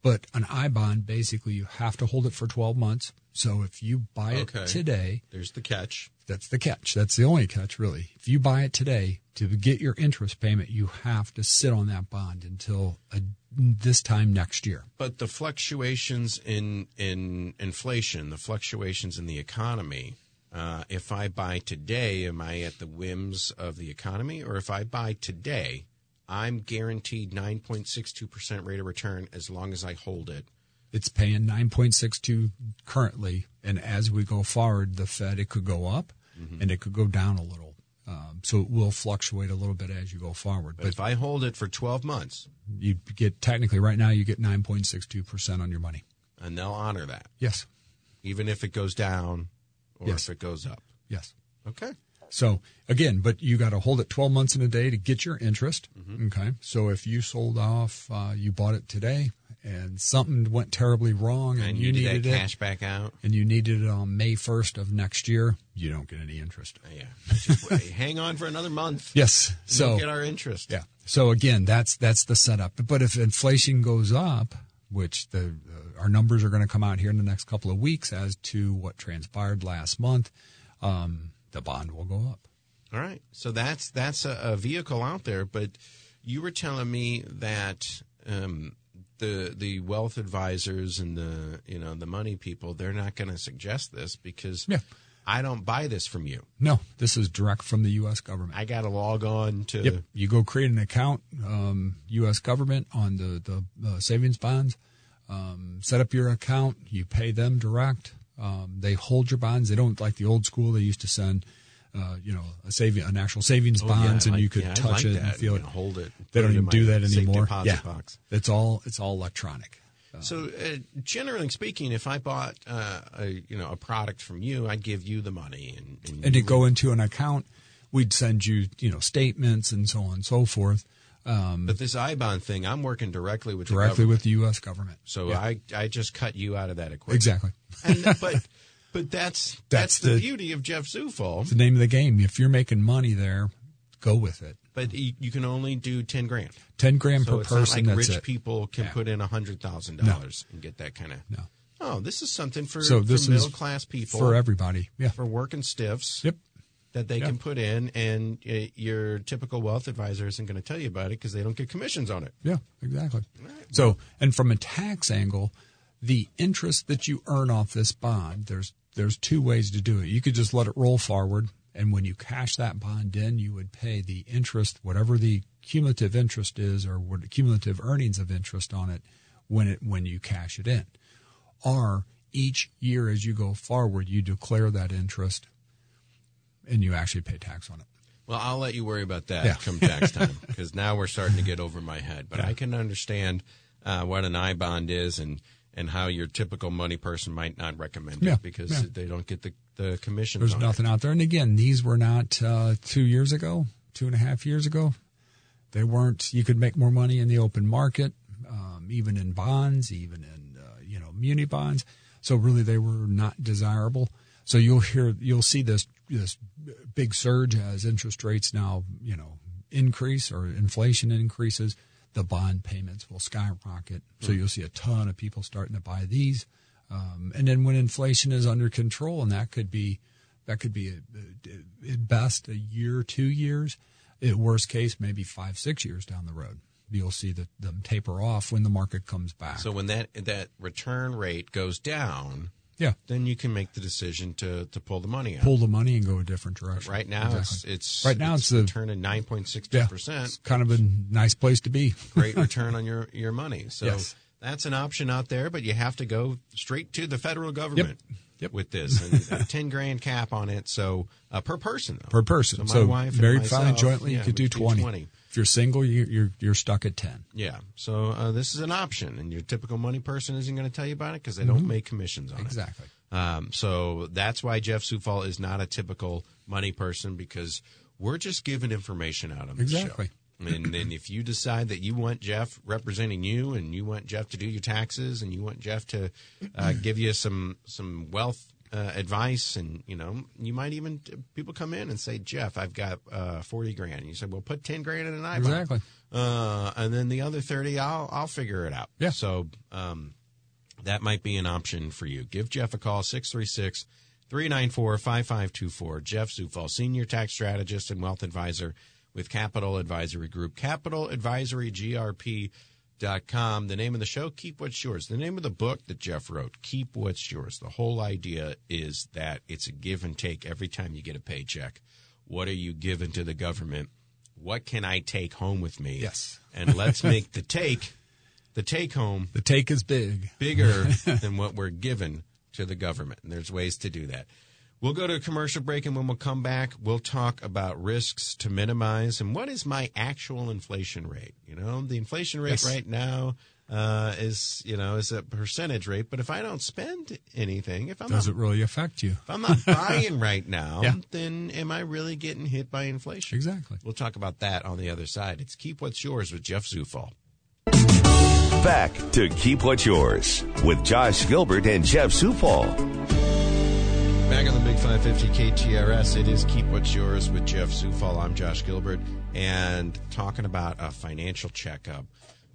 Speaker 3: But an I bond, basically, you have to hold it for 12 months. So if you buy it
Speaker 2: Okay.
Speaker 3: today,
Speaker 2: There's the catch.
Speaker 3: that's the catch. That's the only catch, really. If you buy it today to get your interest payment, you have to sit on that bond until uh this time next year.
Speaker 2: But the fluctuations in in inflation, the fluctuations in the economy. Uh, if I buy today, am I at the whims of the economy? Or if I buy today, I'm guaranteed 9.62% rate of return as long as I hold it.
Speaker 3: It's paying 9.62 currently. And as we go forward, the Fed, it could go up and it could go down a little. Um, so it will fluctuate a little bit as you go forward.
Speaker 2: But if I hold it for 12 months,
Speaker 3: you get technically right now, you get 9.62% on your money.
Speaker 2: and they'll honor that,
Speaker 3: Yes.
Speaker 2: even if it goes down or
Speaker 3: Yes.
Speaker 2: if it goes up.
Speaker 3: Yes.
Speaker 2: Okay.
Speaker 3: So again, but you got to hold it 12 months in a day to get your interest. Okay. So if you sold off, uh, you bought it today and something went terribly wrong and,
Speaker 2: And
Speaker 3: you,
Speaker 2: you did
Speaker 3: needed
Speaker 2: that
Speaker 3: it
Speaker 2: cash back out.
Speaker 3: and you needed it on May 1st of next year, you don't get any interest.
Speaker 2: Yeah. Just wait. hang on for another month.
Speaker 3: Yes.
Speaker 2: We'll
Speaker 3: So
Speaker 2: get our interest.
Speaker 3: yeah. So again, that's, that's the setup. But if inflation goes up, which the, uh, our numbers are going to come out here in the next couple of weeks as to what transpired last month, um, the bond will go up.
Speaker 2: All right. So that's that's a, a vehicle out there, but you were telling me that um, the the wealth advisors and the you know the money people they're not going to suggest this because
Speaker 3: Yeah.
Speaker 2: I don't buy this from you.
Speaker 3: No, this is direct from the U.S. government.
Speaker 2: I got to log on to
Speaker 3: Yep. You go create an account, um, U.S. government on the the uh, savings bonds. Um, set up your account. You pay them direct. Um, they hold your bonds. They don't like the old school. They used to send, uh, you know, a saving an actual savings
Speaker 2: Oh, Yeah,
Speaker 3: bonds,
Speaker 2: I
Speaker 3: and
Speaker 2: like-
Speaker 3: you could
Speaker 2: yeah, I
Speaker 3: touch
Speaker 2: like
Speaker 3: it
Speaker 2: that.
Speaker 3: and feel
Speaker 2: You
Speaker 3: it.
Speaker 2: can Hold it. put
Speaker 3: They don't
Speaker 2: it in
Speaker 3: even do
Speaker 2: my
Speaker 3: that
Speaker 2: safe
Speaker 3: anymore.
Speaker 2: Deposit
Speaker 3: Yeah,
Speaker 2: box.
Speaker 3: it's all it's all electronic.
Speaker 2: So, uh, generally speaking, if I bought uh, a you know a product from you, I'd give you the money and and,
Speaker 3: and
Speaker 2: you
Speaker 3: it go into an account. We'd send you, you know, statements and so on and so forth
Speaker 2: would- But this IBON thing, I'm working directly with
Speaker 3: directly
Speaker 2: the government.
Speaker 3: with the U.S. government.
Speaker 2: So I I just cut you out of that equation.
Speaker 3: Exactly.
Speaker 2: And, but but that's that's, the,
Speaker 3: the-
Speaker 2: beauty of Jeff Zufall.
Speaker 3: It's the name of the game. If you're making money there, go with it.
Speaker 2: But you, you can only do ten grand.
Speaker 3: Ten grand
Speaker 2: So
Speaker 3: per
Speaker 2: it's
Speaker 3: person.
Speaker 2: not like
Speaker 3: that's
Speaker 2: rich
Speaker 3: it.
Speaker 2: people can
Speaker 3: Yeah.
Speaker 2: put in hundred thousand dollars and get that kind of.
Speaker 3: No.
Speaker 2: Oh, this is something for,
Speaker 3: So this is
Speaker 2: middle class people
Speaker 3: for everybody. Yeah.
Speaker 2: for working stiffs.
Speaker 3: Yep.
Speaker 2: that they
Speaker 3: Yeah.
Speaker 2: can put in, and uh, your typical wealth advisor isn't going to tell you about it because they don't get commissions on it.
Speaker 3: Yeah. Exactly. So, and from a tax angle, the interest that you earn off this bond, there's there's two ways to do it. You could just let it roll forward, and when you cash that bond in, you would pay the interest, whatever the cumulative interest is, or what cumulative earnings of interest on it when it when you cash it in. Or each year as you go forward, you declare that interest, and you actually pay tax on it.
Speaker 2: Well, I'll let you worry about that
Speaker 3: Yeah.
Speaker 2: come tax time because now we're starting to get over my head. But I can understand uh, what an I bond is and and how your typical money person might not recommend
Speaker 3: Yeah,
Speaker 2: it because
Speaker 3: yeah.
Speaker 2: they don't get the the commissions.
Speaker 3: There's
Speaker 2: on
Speaker 3: nothing out there. And again, these were not uh, two years ago, two and a half years ago. They weren't. You could make more money in the open market, um, even in bonds, even in uh, you know muni bonds. So really, they were not desirable. So you'll hear, you'll see this this big surge as interest rates now you know increase or inflation increases. The bond payments will skyrocket. So you'll see a ton of people starting to buy these. Um, and then when inflation is under control, and that could be that could be a, a- at best a year, two years. At worst case, maybe five, six years down the road, you'll see that them taper off when the market comes back.
Speaker 2: it. So when that that return rate goes down,
Speaker 3: yeah,
Speaker 2: then you can make the decision to to pull the money out.
Speaker 3: pull the money and go a different direction.
Speaker 2: Right now,
Speaker 3: Exactly.
Speaker 2: it's it's
Speaker 3: Right now it's the-
Speaker 2: returning nine point six two
Speaker 3: yeah,
Speaker 2: percent.
Speaker 3: it's kind of a nice place to be.
Speaker 2: great return on your, your money. So
Speaker 3: Yes.
Speaker 2: that's an option out there, but you have to go straight to the federal government
Speaker 3: Yep.
Speaker 2: with this and a 10 grand cap on it. So uh, per person, though.
Speaker 3: per person.
Speaker 2: So my
Speaker 3: so
Speaker 2: wife and
Speaker 3: married
Speaker 2: myself,
Speaker 3: filing jointly,
Speaker 2: yeah,
Speaker 3: you could do
Speaker 2: would be
Speaker 3: 20.
Speaker 2: 20.
Speaker 3: If you're single, you, you're you're stuck at 10.
Speaker 2: Yeah. So uh, this is an option and your typical money person isn't going to tell you about it because they don't make commissions on it.
Speaker 3: Mm-hmm. Exactly.
Speaker 2: Um, so that's why Jeff Sufal is not a typical money person because we're just giving information out on the
Speaker 3: Exactly.
Speaker 2: show. And then if you decide that you want Jeff representing you and you want Jeff to do your taxes and you want Jeff to uh, give you some some wealth uh, advice, and you know, you might even people come in and say, "Jeff, I've got uh, forty grand." And you say, "Well, put ten grand in an iBond."
Speaker 3: Exactly.
Speaker 2: Uh, and then the other thirty, I'll I'll figure it out.
Speaker 3: Yeah.
Speaker 2: So um, that might be an option for you. Give Jeff a call 636 394 5524. Jeff Zufall, Senior Tax Strategist and Wealth Advisor with Capital Advisory Group. Capital Advisory GRP.com. The name of the show, Keep What's Yours. The name of the book that Jeff wrote, Keep What's Yours. The whole idea is that it's a give and take every time you get a paycheck. What are you giving to the government? What can I take home with me?
Speaker 3: Yes.
Speaker 2: And let's make the take, the take home
Speaker 3: The take is big.
Speaker 2: bigger than what we're given to the government. And there's ways to do that. We'll go to a commercial break, and when we come back, we'll talk about risks to minimize and what is my actual inflation rate. You know, the inflation rate
Speaker 3: Yes.
Speaker 2: right now uh, is you know is a percentage rate, but if I don't spend anything, if I'm
Speaker 3: Does
Speaker 2: not,
Speaker 3: it really affect you?
Speaker 2: if I'm not buying right now,
Speaker 3: Yeah.
Speaker 2: then am I really getting hit by inflation?
Speaker 3: Exactly.
Speaker 2: We'll talk about that on the other side. It's keep what's yours with Jeff Zufall.
Speaker 1: Back to Keep What's Yours with Josh Gilbert and Jeff Supal.
Speaker 2: Back on the Big 550 KTRS, it is Keep What's Yours with Jeff Zufall. I'm Josh Gilbert, and talking about a financial checkup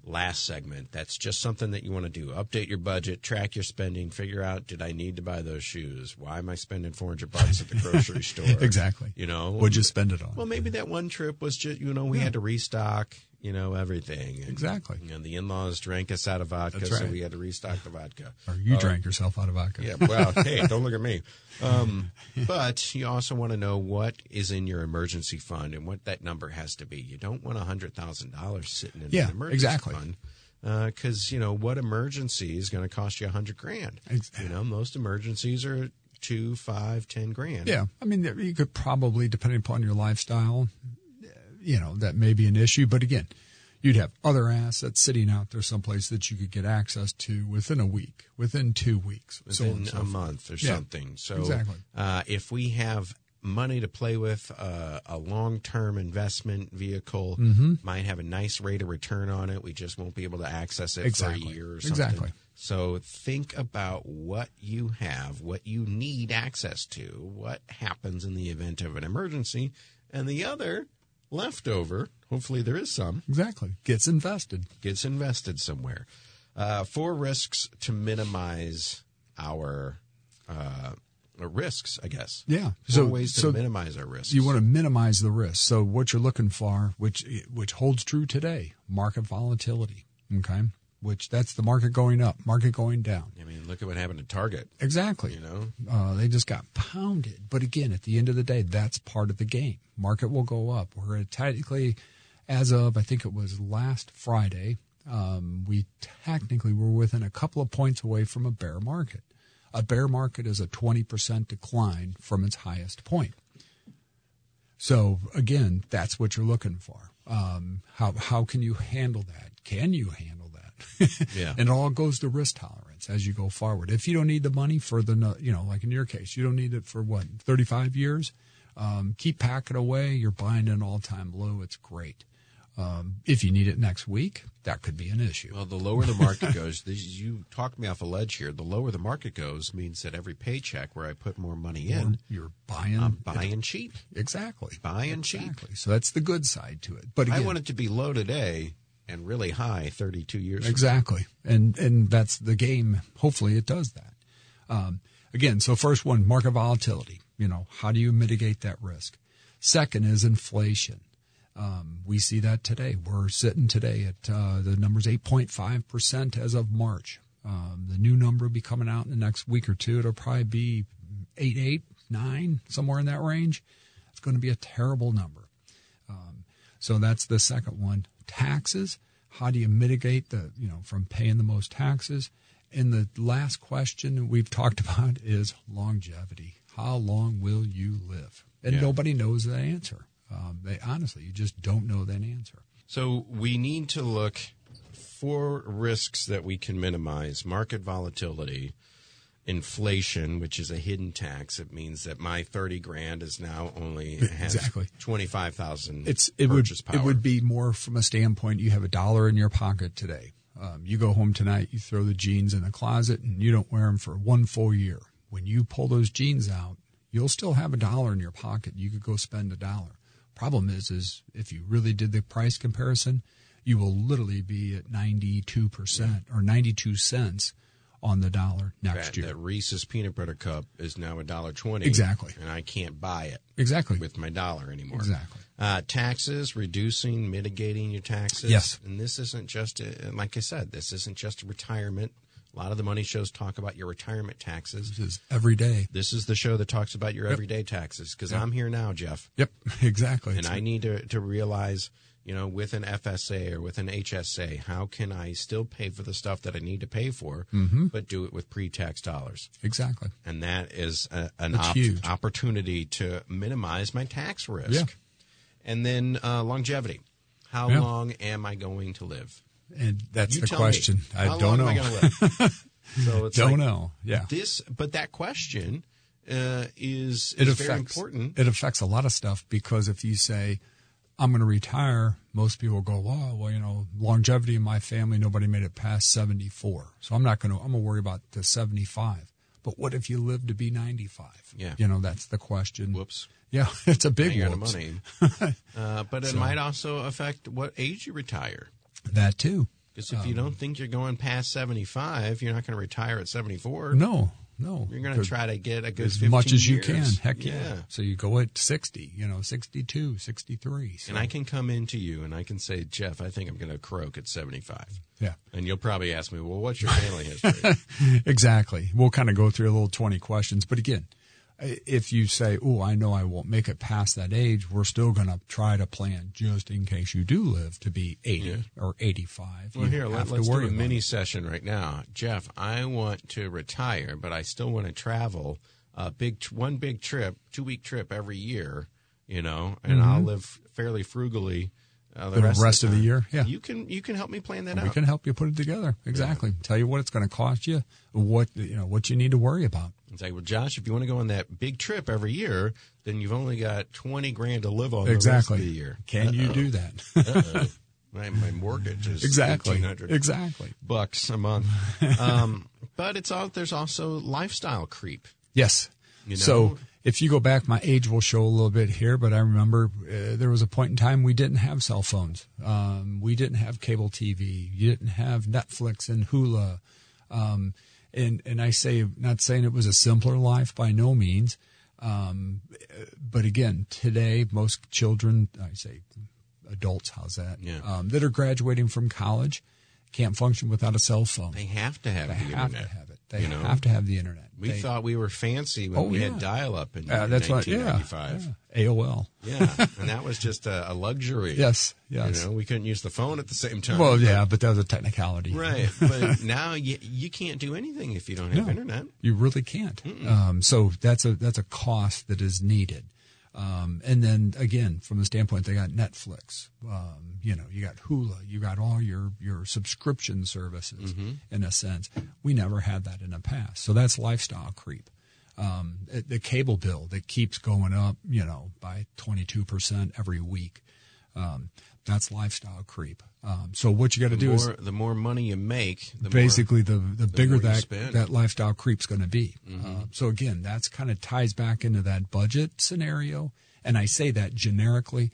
Speaker 2: last segment. That's just something that you want to do. Update your budget, track your spending, figure out did I need to buy those shoes? Why am I spending 400 bucks at the grocery store?
Speaker 3: Exactly.
Speaker 2: You know,
Speaker 3: What'd you spend it on?
Speaker 2: Well, maybe that one trip was just, you know, we had to restock, you know, everything. And,
Speaker 3: Exactly.
Speaker 2: And the in laws drank us out of vodka,
Speaker 3: That's
Speaker 2: so
Speaker 3: right.
Speaker 2: we had to restock the vodka.
Speaker 3: Or you drank yourself out of vodka.
Speaker 2: Uh, Yeah, well, hey, don't look at me. Um, but you also want to know what is in your emergency fund and what that number has to be. You don't want hundred thousand dollars sitting in
Speaker 3: Yeah,
Speaker 2: an emergency
Speaker 3: exactly.
Speaker 2: fund because you know what emergency is going to cost you a hundred grand.
Speaker 3: Ex-
Speaker 2: You know, most emergencies are two, five, ten grand.
Speaker 3: Yeah. I mean, there- you could probably, depending upon your lifestyle, uh, you know, that may be an issue. But again, you'd have other assets sitting out there someplace that you could get access to within a week, within two weeks, so on
Speaker 2: within
Speaker 3: and so
Speaker 2: a
Speaker 3: forth.
Speaker 2: month or
Speaker 3: Yeah,
Speaker 2: something. So
Speaker 3: exactly.
Speaker 2: uh, if we have money to play with, uh, a long-term investment vehicle
Speaker 3: Mm-hmm.
Speaker 2: might have a nice rate of return on it. We just won't be able to access it for a
Speaker 3: Exactly.
Speaker 2: year or something.
Speaker 3: Exactly.
Speaker 2: So think about what you have, what you need access to, what happens in the event of an emergency, and the other leftover. Hopefully, there is some
Speaker 3: Exactly. Gets invested.
Speaker 2: gets invested somewhere. Uh, four risks to minimize our uh, risks, I guess.
Speaker 3: Yeah.
Speaker 2: Four
Speaker 3: So-
Speaker 2: ways to
Speaker 3: so
Speaker 2: minimize our risks.
Speaker 3: You want to minimize the risk. So what you're looking for, which which holds true today, market volatility. Okay, which that's the market going up, market going down.
Speaker 2: I mean, look at what happened to Target.
Speaker 3: Exactly.
Speaker 2: You know,
Speaker 3: Uh, they just got pounded. But again, at the end of the day, that's part of the game. Market will go up. We're at technically, as of I think it was last Friday, um, we technically were within a couple of points away from a bear market. A bear market is a 20% decline from its highest point. So again, that's what you're looking for. Um, how how can you handle that? Can you handle that?
Speaker 2: Yeah.
Speaker 3: and it all goes to risk tolerance as you go forward. If you don't need the money for the no- you know like in your case, you don't need it for what 35 years. Um, keep packing away. You're buying an all time low. It's great. Um, if you need it next week, that could be an issue.
Speaker 2: well, the lower the market goes, this, you talked me off a ledge here. The lower the market goes means that every paycheck where I put more money
Speaker 3: Or
Speaker 2: in,
Speaker 3: you're buying
Speaker 2: I'm buying cheap.
Speaker 3: exactly
Speaker 2: Buying cheap.
Speaker 3: exactly. So that's the good side to it. But again,
Speaker 2: I want it to be low today and really high 32 years from
Speaker 3: Exactly, and and that's the game. Hopefully, it does that. Um, again, so first one, market volatility. You know, how do you mitigate that risk? Second is inflation. Um, we see that today. We're sitting today at uh, the numbers eight point five percent as of March. Um, the new number will be coming out in the next week or two. It'll probably be eight, eight, nine, somewhere in that range. It's going to be a terrible number. So that's the second one. Taxes. How do you mitigate the, you know, from paying the most taxes? And the last question we've talked about is longevity. How long will you live? And
Speaker 2: Yeah.
Speaker 3: nobody knows that answer. Um, they honestly, you just don't know that answer.
Speaker 2: So we need to look for risks that we can minimize market volatility, inflation, which is a hidden tax. It means that my 30 grand is now only has
Speaker 3: Exactly.
Speaker 2: 25,000
Speaker 3: It's it would
Speaker 2: purchase power.
Speaker 3: it would be more from a standpoint. You have a dollar in your pocket today. Um, you go home tonight, you throw the jeans in the closet, and you don't wear them for one full year. when you pull those genes out, you'll still have a dollar in your pocket. You could go spend a dollar. Problem is, is if you really did the price comparison, you will literally be at 92% or 92 cents on the dollar next
Speaker 2: That,
Speaker 3: year.
Speaker 2: that Reese's peanut butter cup is now a dollar twenty.
Speaker 3: Exactly.
Speaker 2: and I can't buy it
Speaker 3: Exactly.
Speaker 2: with my dollar anymore.
Speaker 3: Exactly.
Speaker 2: Uh, taxes, reducing, mitigating your taxes.
Speaker 3: Yes.
Speaker 2: And this isn't just, a, like I said, this isn't just a retirement. A lot of the money shows talk about your retirement taxes.
Speaker 3: This is every day.
Speaker 2: This is the show that talks about your everyday taxes because I'm here now, Jeff,
Speaker 3: Yep, exactly.
Speaker 2: and
Speaker 3: It's-
Speaker 2: I need to, to realize, you know, with an FSA or with an HSA, how can I still pay for the stuff that I need to pay for, but do it with pre tax dollars?
Speaker 3: exactly.
Speaker 2: and that is a, an
Speaker 3: That's
Speaker 2: op-
Speaker 3: huge.
Speaker 2: opportunity to minimize my tax risk.
Speaker 3: Yeah.
Speaker 2: And then uh, longevity. How
Speaker 3: Yeah.
Speaker 2: long am I going to live?
Speaker 3: And that's
Speaker 2: You
Speaker 3: the
Speaker 2: tell me.
Speaker 3: question. I
Speaker 2: How
Speaker 3: don't
Speaker 2: long Am I
Speaker 3: know.
Speaker 2: gonna live? so it's
Speaker 3: Don't
Speaker 2: like
Speaker 3: know. Yeah.
Speaker 2: This, but that question uh, is,
Speaker 3: it
Speaker 2: is
Speaker 3: affects
Speaker 2: very important.
Speaker 3: It affects a lot of stuff because if you say, "I'm going to retire," most people go, "Well, well, you know, longevity in my family, nobody made it past 74, so I'm not going to. I'm going to worry about the 75." But what if you live to be 95?
Speaker 2: Yeah.
Speaker 3: you know, that's the question.
Speaker 2: Whoops.
Speaker 3: Yeah, it's a
Speaker 2: I
Speaker 3: big
Speaker 2: got
Speaker 3: whoops.
Speaker 2: money. uh, but it might also affect what age you retire.
Speaker 3: That too.
Speaker 2: Because if you
Speaker 3: Um.
Speaker 2: don't think you're going past 75, you're not going to retire at 74.
Speaker 3: No, no.
Speaker 2: You're going to try to get a good
Speaker 3: as much
Speaker 2: 15
Speaker 3: as you can.
Speaker 2: years.
Speaker 3: Heck yeah. So you go at 60, you know, 62, 63. So,
Speaker 2: And I can come into you and I can say, Jeff, I think I'm going to croak at 75.
Speaker 3: yeah.
Speaker 2: And you'll probably ask me, well, what's your family history?
Speaker 3: Exactly. We'll kind of go through a little 20 questions. But again, i- if you say, oh, I know I won't make it past that age, we're still going to try to plan just in case you do live to be 80
Speaker 2: Yeah.
Speaker 3: or 85.
Speaker 2: well,
Speaker 3: You
Speaker 2: here,
Speaker 3: have
Speaker 2: let,
Speaker 3: to
Speaker 2: let's do
Speaker 3: worry
Speaker 2: a
Speaker 3: about
Speaker 2: mini
Speaker 3: it.
Speaker 2: session right now. Jeff, I want to retire, but I still want to travel a big, tr- one big trip, two week trip every year, you know, and I'll live fairly frugally uh, the,
Speaker 3: Mm-hmm. The
Speaker 2: rest,
Speaker 3: rest
Speaker 2: of
Speaker 3: of
Speaker 2: the,
Speaker 3: the
Speaker 2: time.
Speaker 3: year, yeah.
Speaker 2: You can, you can help me plan that
Speaker 3: We
Speaker 2: out.
Speaker 3: can help you put it together. Exactly. Tell you what it's going to cost you, what, you know, what you need to worry about.
Speaker 2: It's like, well, Josh, if you want to go on that big trip every year, then you've only got 20 grand to live on
Speaker 3: exactly.
Speaker 2: the rest of the year.
Speaker 3: Can you do that?
Speaker 2: My, my mortgage is
Speaker 3: exactly.
Speaker 2: 1800
Speaker 3: Exactly.
Speaker 2: bucks a month. Um, but it's all there's also lifestyle creep.
Speaker 3: Yes.
Speaker 2: You know?
Speaker 3: So if you go back, my age will show a little bit here, but I remember uh, there was a point in time we didn't have cell phones. Um, we didn't have cable TV. You didn't have Netflix and Hula. Um, and, and I say, not saying it was a simpler life by no means. Um, but again, today, most children, I say adults, how's that?
Speaker 2: Yeah.
Speaker 3: Um, that are graduating from college can't function without a cell phone.
Speaker 2: They have to have
Speaker 3: They
Speaker 2: the
Speaker 3: have
Speaker 2: internet.
Speaker 3: to have it. They
Speaker 2: you know?
Speaker 3: have to have the internet.
Speaker 2: We
Speaker 3: They-
Speaker 2: thought we were fancy when
Speaker 3: Oh,
Speaker 2: we had
Speaker 3: yeah.
Speaker 2: dial up in,
Speaker 3: uh,
Speaker 2: in
Speaker 3: that's what, yeah,
Speaker 2: 1995.
Speaker 3: yeah. AOL.
Speaker 2: yeah. and that was just a, a luxury.
Speaker 3: Yes, yes.
Speaker 2: You know, we couldn't use the phone at the same time.
Speaker 3: Well, yeah, but that was a technicality.
Speaker 2: Right. But now you, you can't do anything if you don't have
Speaker 3: No.
Speaker 2: internet.
Speaker 3: You really can't. Um, so that's a that's a cost that is needed. Um, and then again, from the standpoint, they got Netflix. Um, you know, you got Hula. You got all your your subscription services. In a sense, we never had that in the past. So that's lifestyle creep. Um, it- the cable bill that keeps going up. You know, by twenty two percent every week. Um, that's lifestyle creep. Um, so what you got to do
Speaker 2: The
Speaker 3: is
Speaker 2: more, the more money you make, the more,
Speaker 3: basically the the bigger
Speaker 2: more you
Speaker 3: that
Speaker 2: spend. Mm-hmm.
Speaker 3: that lifestyle creep's going to be. Uh, so again, that's kind of ties back into that budget scenario, and I say that generically.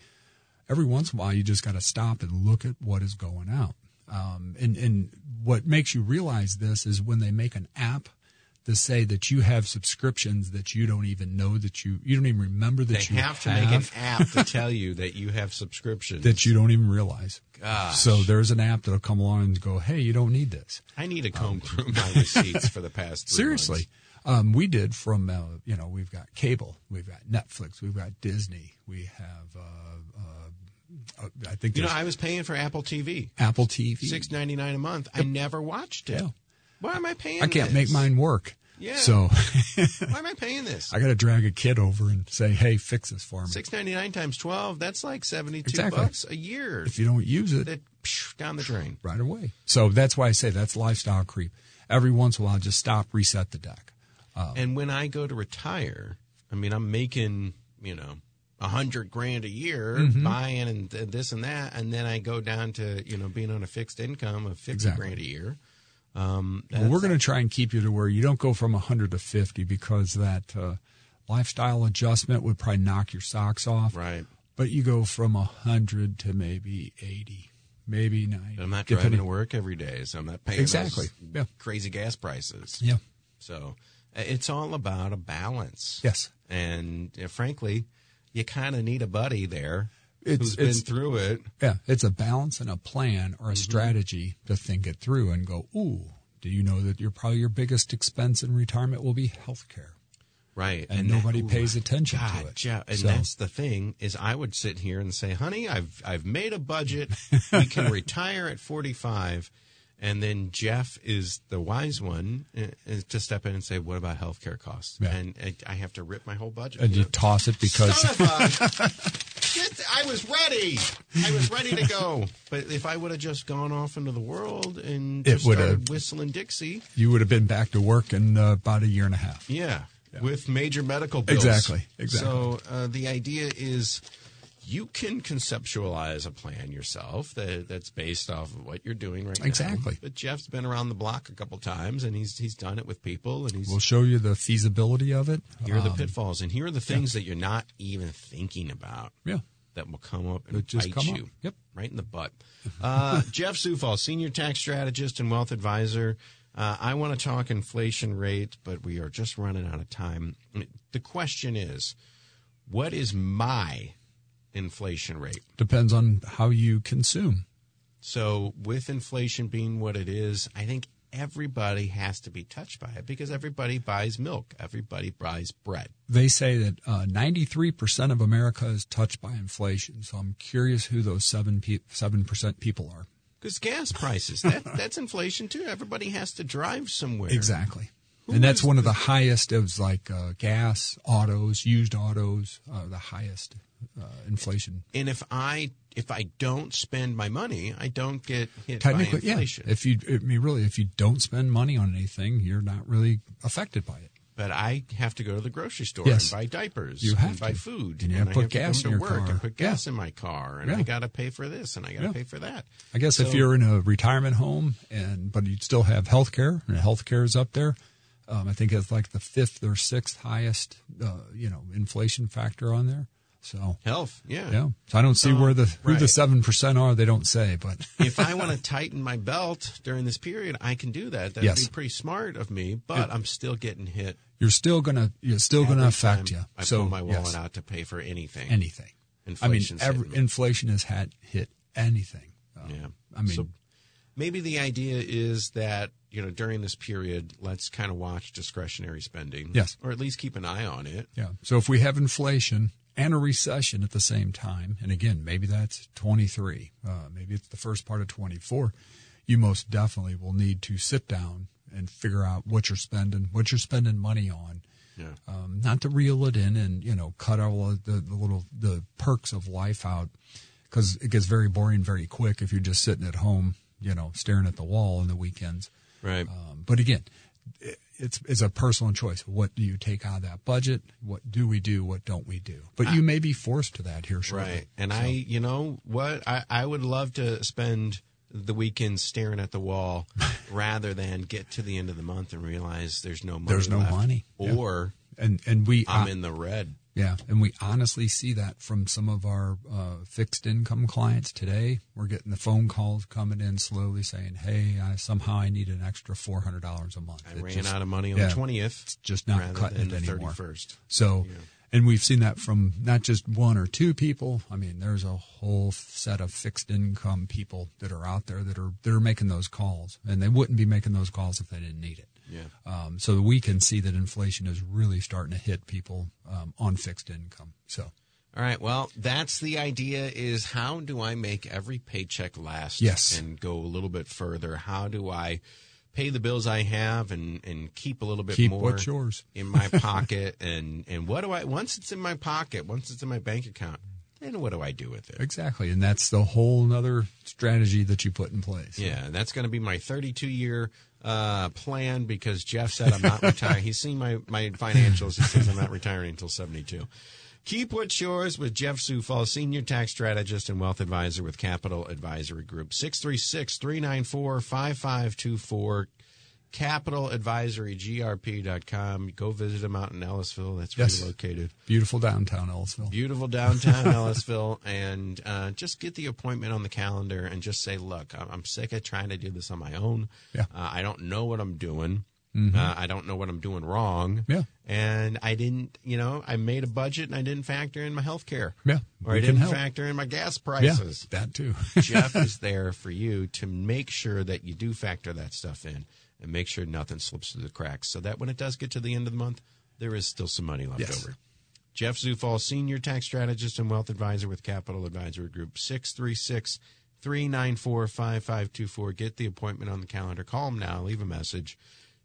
Speaker 3: Every once in a while, you just got to stop and look at what is going out. Um, and and what makes you realize this is when they make an app to say that you have subscriptions that you don't even know that you you don't even remember that
Speaker 2: they
Speaker 3: you
Speaker 2: have to make an app to tell you that you have subscriptions.
Speaker 3: that you don't even realize.
Speaker 2: Gosh.
Speaker 3: So there's an app that'll come along and go, hey, you don't need this.
Speaker 2: I need to comb through my receipts for the past three
Speaker 3: Um, Seriously. Um, we did from, uh, you know, we've got cable, we've got Netflix, we've got Disney, we have, uh, uh, uh, I think
Speaker 2: You know,
Speaker 3: there's
Speaker 2: I was paying for Apple TV,
Speaker 3: Apple TV.
Speaker 2: six ninety nine a month. I never watched it.
Speaker 3: Yeah.
Speaker 2: Why am I paying?
Speaker 3: I can't
Speaker 2: this?
Speaker 3: make mine work.
Speaker 2: Yeah.
Speaker 3: So
Speaker 2: Why am I paying this?
Speaker 3: I got to drag a kid over and say, hey, fix this for me.
Speaker 2: Six ninety nine times twelve. That's like seventy two
Speaker 3: Exactly.
Speaker 2: bucks a year.
Speaker 3: If you don't use it,
Speaker 2: That psh, down the drain.
Speaker 3: right away. So that's why I say that's lifestyle creep. Every once in a while, just stop, reset the deck.
Speaker 2: And when I go to retire, I mean, I'm making you know a hundred grand a year
Speaker 3: Mm-hmm.
Speaker 2: buying and th- this and that, and then I go down to you know being on a fixed income of fifty
Speaker 3: Exactly.
Speaker 2: grand a year. Um,
Speaker 3: Well, we're going to try and keep you to where you don't go from 100 to 50 because that uh, lifestyle adjustment would probably knock your socks off.
Speaker 2: Right.
Speaker 3: But you go from 100 to maybe 80, maybe 90.
Speaker 2: I'm not driving
Speaker 3: depending-
Speaker 2: to work every day, so I'm not paying
Speaker 3: Exactly.
Speaker 2: those
Speaker 3: Yeah.
Speaker 2: crazy gas prices.
Speaker 3: Yeah.
Speaker 2: So uh, it's all about a balance.
Speaker 3: Yes.
Speaker 2: And uh, frankly, you kind of need a buddy there
Speaker 3: It's-
Speaker 2: who's been
Speaker 3: it's-
Speaker 2: through it.
Speaker 3: Yeah. It's a balance and a plan
Speaker 2: Mm-hmm.
Speaker 3: or a strategy to think it through and go, ooh, do you know that your probably your biggest expense in retirement will be health care?
Speaker 2: Right.
Speaker 3: And nobody
Speaker 2: ooh,
Speaker 3: pays attention to
Speaker 2: God,
Speaker 3: it.
Speaker 2: Yeah, and
Speaker 3: So-
Speaker 2: that's the thing is I would sit here and say, "Honey, I've I've made a budget. we can retire at 45." And then Jeff is the wise one uh, uh, to step in and say, "What about healthcare costs?"
Speaker 3: Yeah.
Speaker 2: And I, I have to rip my whole budget.
Speaker 3: And
Speaker 2: you
Speaker 3: you
Speaker 2: know?
Speaker 3: toss it because,
Speaker 2: Son of a- Get- I was ready. I was ready to go. But if I would have just gone off into the world and
Speaker 3: It
Speaker 2: just
Speaker 3: would
Speaker 2: started
Speaker 3: have-
Speaker 2: whistling Dixie,
Speaker 3: you would have been back to work in uh, about a year and a half.
Speaker 2: yeah, with major medical bills.
Speaker 3: Exactly, exactly.
Speaker 2: So uh, the idea is you can conceptualize a plan yourself that, that's based off of what you're doing right now.
Speaker 3: Exactly.
Speaker 2: But Jeff's been around the block a couple times and he's he's done it with people and he's
Speaker 3: We'll show you the feasibility of it.
Speaker 2: here are the
Speaker 3: Um,
Speaker 2: pitfalls and here are the things that you're not even thinking about.
Speaker 3: Yeah.
Speaker 2: that will come up and
Speaker 3: That just
Speaker 2: bite
Speaker 3: come up.
Speaker 2: you.
Speaker 3: Yep.
Speaker 2: Right in the butt. Uh, Jeff Sufal, senior tax strategist and wealth advisor. Uh, I want to talk inflation rate, but we are just running out of time. The question is, what is my inflation rate?
Speaker 3: Depends on how you consume.
Speaker 2: So, with inflation being what it is, I think everybody has to be touched by it because everybody buys milk, everybody buys bread.
Speaker 3: They say that uh, 93% of America is touched by inflation. So I'm curious who those 7 pe- 7% people are.
Speaker 2: Because gas prices, that, that's inflation too. Everybody has to drive somewhere.
Speaker 3: Exactly. and that's one of the highest of like uh, gas, autos, used autos, uh, the highest uh, inflation.
Speaker 2: and if I if I don't spend my money, I don't get hit
Speaker 3: Technically,
Speaker 2: by inflation.
Speaker 3: yeah. If you, I mean, really, if you don't spend money on anything, you're not really affected by it.
Speaker 2: But I have to go to the grocery store
Speaker 3: Yes.
Speaker 2: and buy diapers.
Speaker 3: You
Speaker 2: and
Speaker 3: have
Speaker 2: buy
Speaker 3: to.
Speaker 2: food.
Speaker 3: And you have
Speaker 2: I
Speaker 3: to put gas
Speaker 2: to
Speaker 3: in
Speaker 2: come
Speaker 3: your
Speaker 2: to work
Speaker 3: car.
Speaker 2: and put gas
Speaker 3: Yeah.
Speaker 2: in my car, and I
Speaker 3: Yeah.
Speaker 2: got to pay for this, and I got to
Speaker 3: Yeah.
Speaker 2: pay for that.
Speaker 3: I guess if
Speaker 2: So-
Speaker 3: you're in a retirement home and but you still have health care and health care is up there, um, I think it's like the fifth or sixth highest, uh, you know, inflation factor on there. So
Speaker 2: health, yeah.
Speaker 3: yeah, so I don't see where the who the
Speaker 2: right.
Speaker 3: seven percent are. They don't say, but
Speaker 2: if I want to tighten my belt during this period, I can do that. That'd
Speaker 3: Yes.
Speaker 2: be pretty smart of me. But I'm still getting hit.
Speaker 3: you're still gonna you're still gonna
Speaker 2: every
Speaker 3: affect
Speaker 2: time
Speaker 3: you.
Speaker 2: I
Speaker 3: so
Speaker 2: pull my wallet
Speaker 3: yes,
Speaker 2: out to pay for anything.
Speaker 3: anything.
Speaker 2: Inflation's
Speaker 3: I mean,
Speaker 2: hitting
Speaker 3: every,
Speaker 2: me.
Speaker 3: inflation has had hit anything. Um,
Speaker 2: Yeah.
Speaker 3: I mean,
Speaker 2: So maybe the idea is that, you know, during this period, let's kind of watch discretionary spending.
Speaker 3: Yes.
Speaker 2: Or at least keep an eye on it.
Speaker 3: Yeah. So if we have inflation and a recession at the same time, and again, maybe that's 23, uh, maybe it's the first part of 24, you most definitely will need to sit down and figure out what you're spending, what you're spending money on.
Speaker 2: Yeah.
Speaker 3: Um, not to reel it in and you know cut all of the, the little the perks of life out because it gets very boring very quick if you're just sitting at home you know staring at the wall on the weekends
Speaker 2: Right.
Speaker 3: um, but again, i- it's it's a personal choice. What do you take out of that budget? What do we do? What don't we do? But you may be forced to that here shortly.
Speaker 2: right. And I, you know what? I, I would love to spend the weekend staring at the wall rather than get to the end of the month and realize there's no money.
Speaker 3: There's no
Speaker 2: left.
Speaker 3: money. Yeah.
Speaker 2: Or
Speaker 3: And and we
Speaker 2: I'm
Speaker 3: uh,
Speaker 2: in the red.
Speaker 3: yeah, and we honestly see that from some of our uh, fixed income clients today. We're getting the phone calls coming in slowly saying, "Hey, I, somehow I need an extra four hundred dollars a month."
Speaker 2: I
Speaker 3: It
Speaker 2: ran
Speaker 3: just-
Speaker 2: out of money on
Speaker 3: yeah.
Speaker 2: the 20th.
Speaker 3: It's just not
Speaker 2: rather
Speaker 3: cutting
Speaker 2: than
Speaker 3: it
Speaker 2: the
Speaker 3: anymore.
Speaker 2: 31st.
Speaker 3: So, and we've seen that from not just one or two people. I mean, there's a whole set of fixed income people that are out there that are that are making those calls, and they wouldn't be making those calls if they didn't need it.
Speaker 2: Yeah.
Speaker 3: Um, so we can see that inflation is really starting to hit people um, on fixed income. So
Speaker 2: All right. Well, that's the idea is how do I make every paycheck last
Speaker 3: Yes.
Speaker 2: and go a little bit further? How do I pay the bills I have and, and keep a little bit
Speaker 3: Keep
Speaker 2: more
Speaker 3: what's yours.
Speaker 2: in my pocket? and, and what do I, once it's in my pocket, once it's in my bank account, then what do I do with it?
Speaker 3: exactly, and that's the whole other strategy that you put in place.
Speaker 2: Yeah. And that's going to be my 32 year uh, plan because Jeff said I'm not retiring. He's seen my, my financials. He says I'm not retiring until 72. Keep what's yours with Jeff Sufal, Senior Tax Strategist and Wealth Advisor with Capital Advisory Group. 636 394 5524. capitaladvisorygrp.com. Go visit them out in Ellisville. That's where
Speaker 3: Yes.
Speaker 2: you're located.
Speaker 3: Beautiful downtown Ellisville.
Speaker 2: Beautiful downtown Ellisville. And uh, just get the appointment on the calendar and just say, look, I'm, I'm sick of trying to do this on my own.
Speaker 3: Yeah. Mm-hmm.
Speaker 2: Uh, I don't know what I'm doing. Uh, I don't know what I'm doing wrong.
Speaker 3: Yeah.
Speaker 2: And I didn't, you know, I made a budget and I didn't factor in my health care.
Speaker 3: Yeah,
Speaker 2: Or I
Speaker 3: we can
Speaker 2: didn't
Speaker 3: help.
Speaker 2: factor in my gas
Speaker 3: yeah,
Speaker 2: prices.
Speaker 3: that too.
Speaker 2: Jeff is there for you to make sure that you do factor that stuff in and make sure nothing slips through the cracks so that when it does get to the end of the month, there is still some money left
Speaker 3: Yes.
Speaker 2: over. Jeff Zufall, Senior Tax Strategist and Wealth Advisor with Capital Advisory Group, 636 394 5524. Get the appointment on the calendar. Call him now. Leave a message.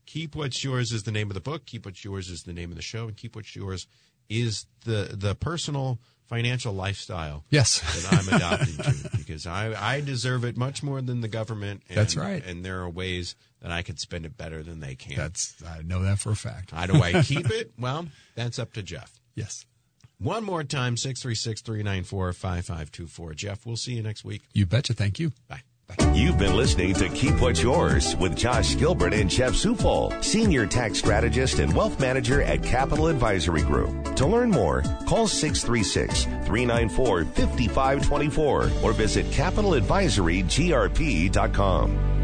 Speaker 2: Keep What's Yours is the name of the book. Keep What's Yours is the name of the show. And Keep What's Yours is the, the personal financial lifestyle
Speaker 3: yes.
Speaker 2: that I'm adopted to because I, I deserve it much more than the government. And,
Speaker 3: That's right.
Speaker 2: And there are ways that I could spend it better than they can.
Speaker 3: That's I know that for a fact.
Speaker 2: How do I keep it? Well, that's up to Jeff.
Speaker 3: Yes.
Speaker 2: One more time, 636 394 5524. Jeff, we'll see you next week.
Speaker 3: You betcha. Thank you.
Speaker 2: Bye.
Speaker 1: You've been listening to Keep What's Yours with Josh Gilbert and Jeff Supol, Senior Tax Strategist and Wealth Manager at Capital Advisory Group. To learn more, call 636 394 5524 or visit capitaladvisorygrp.com.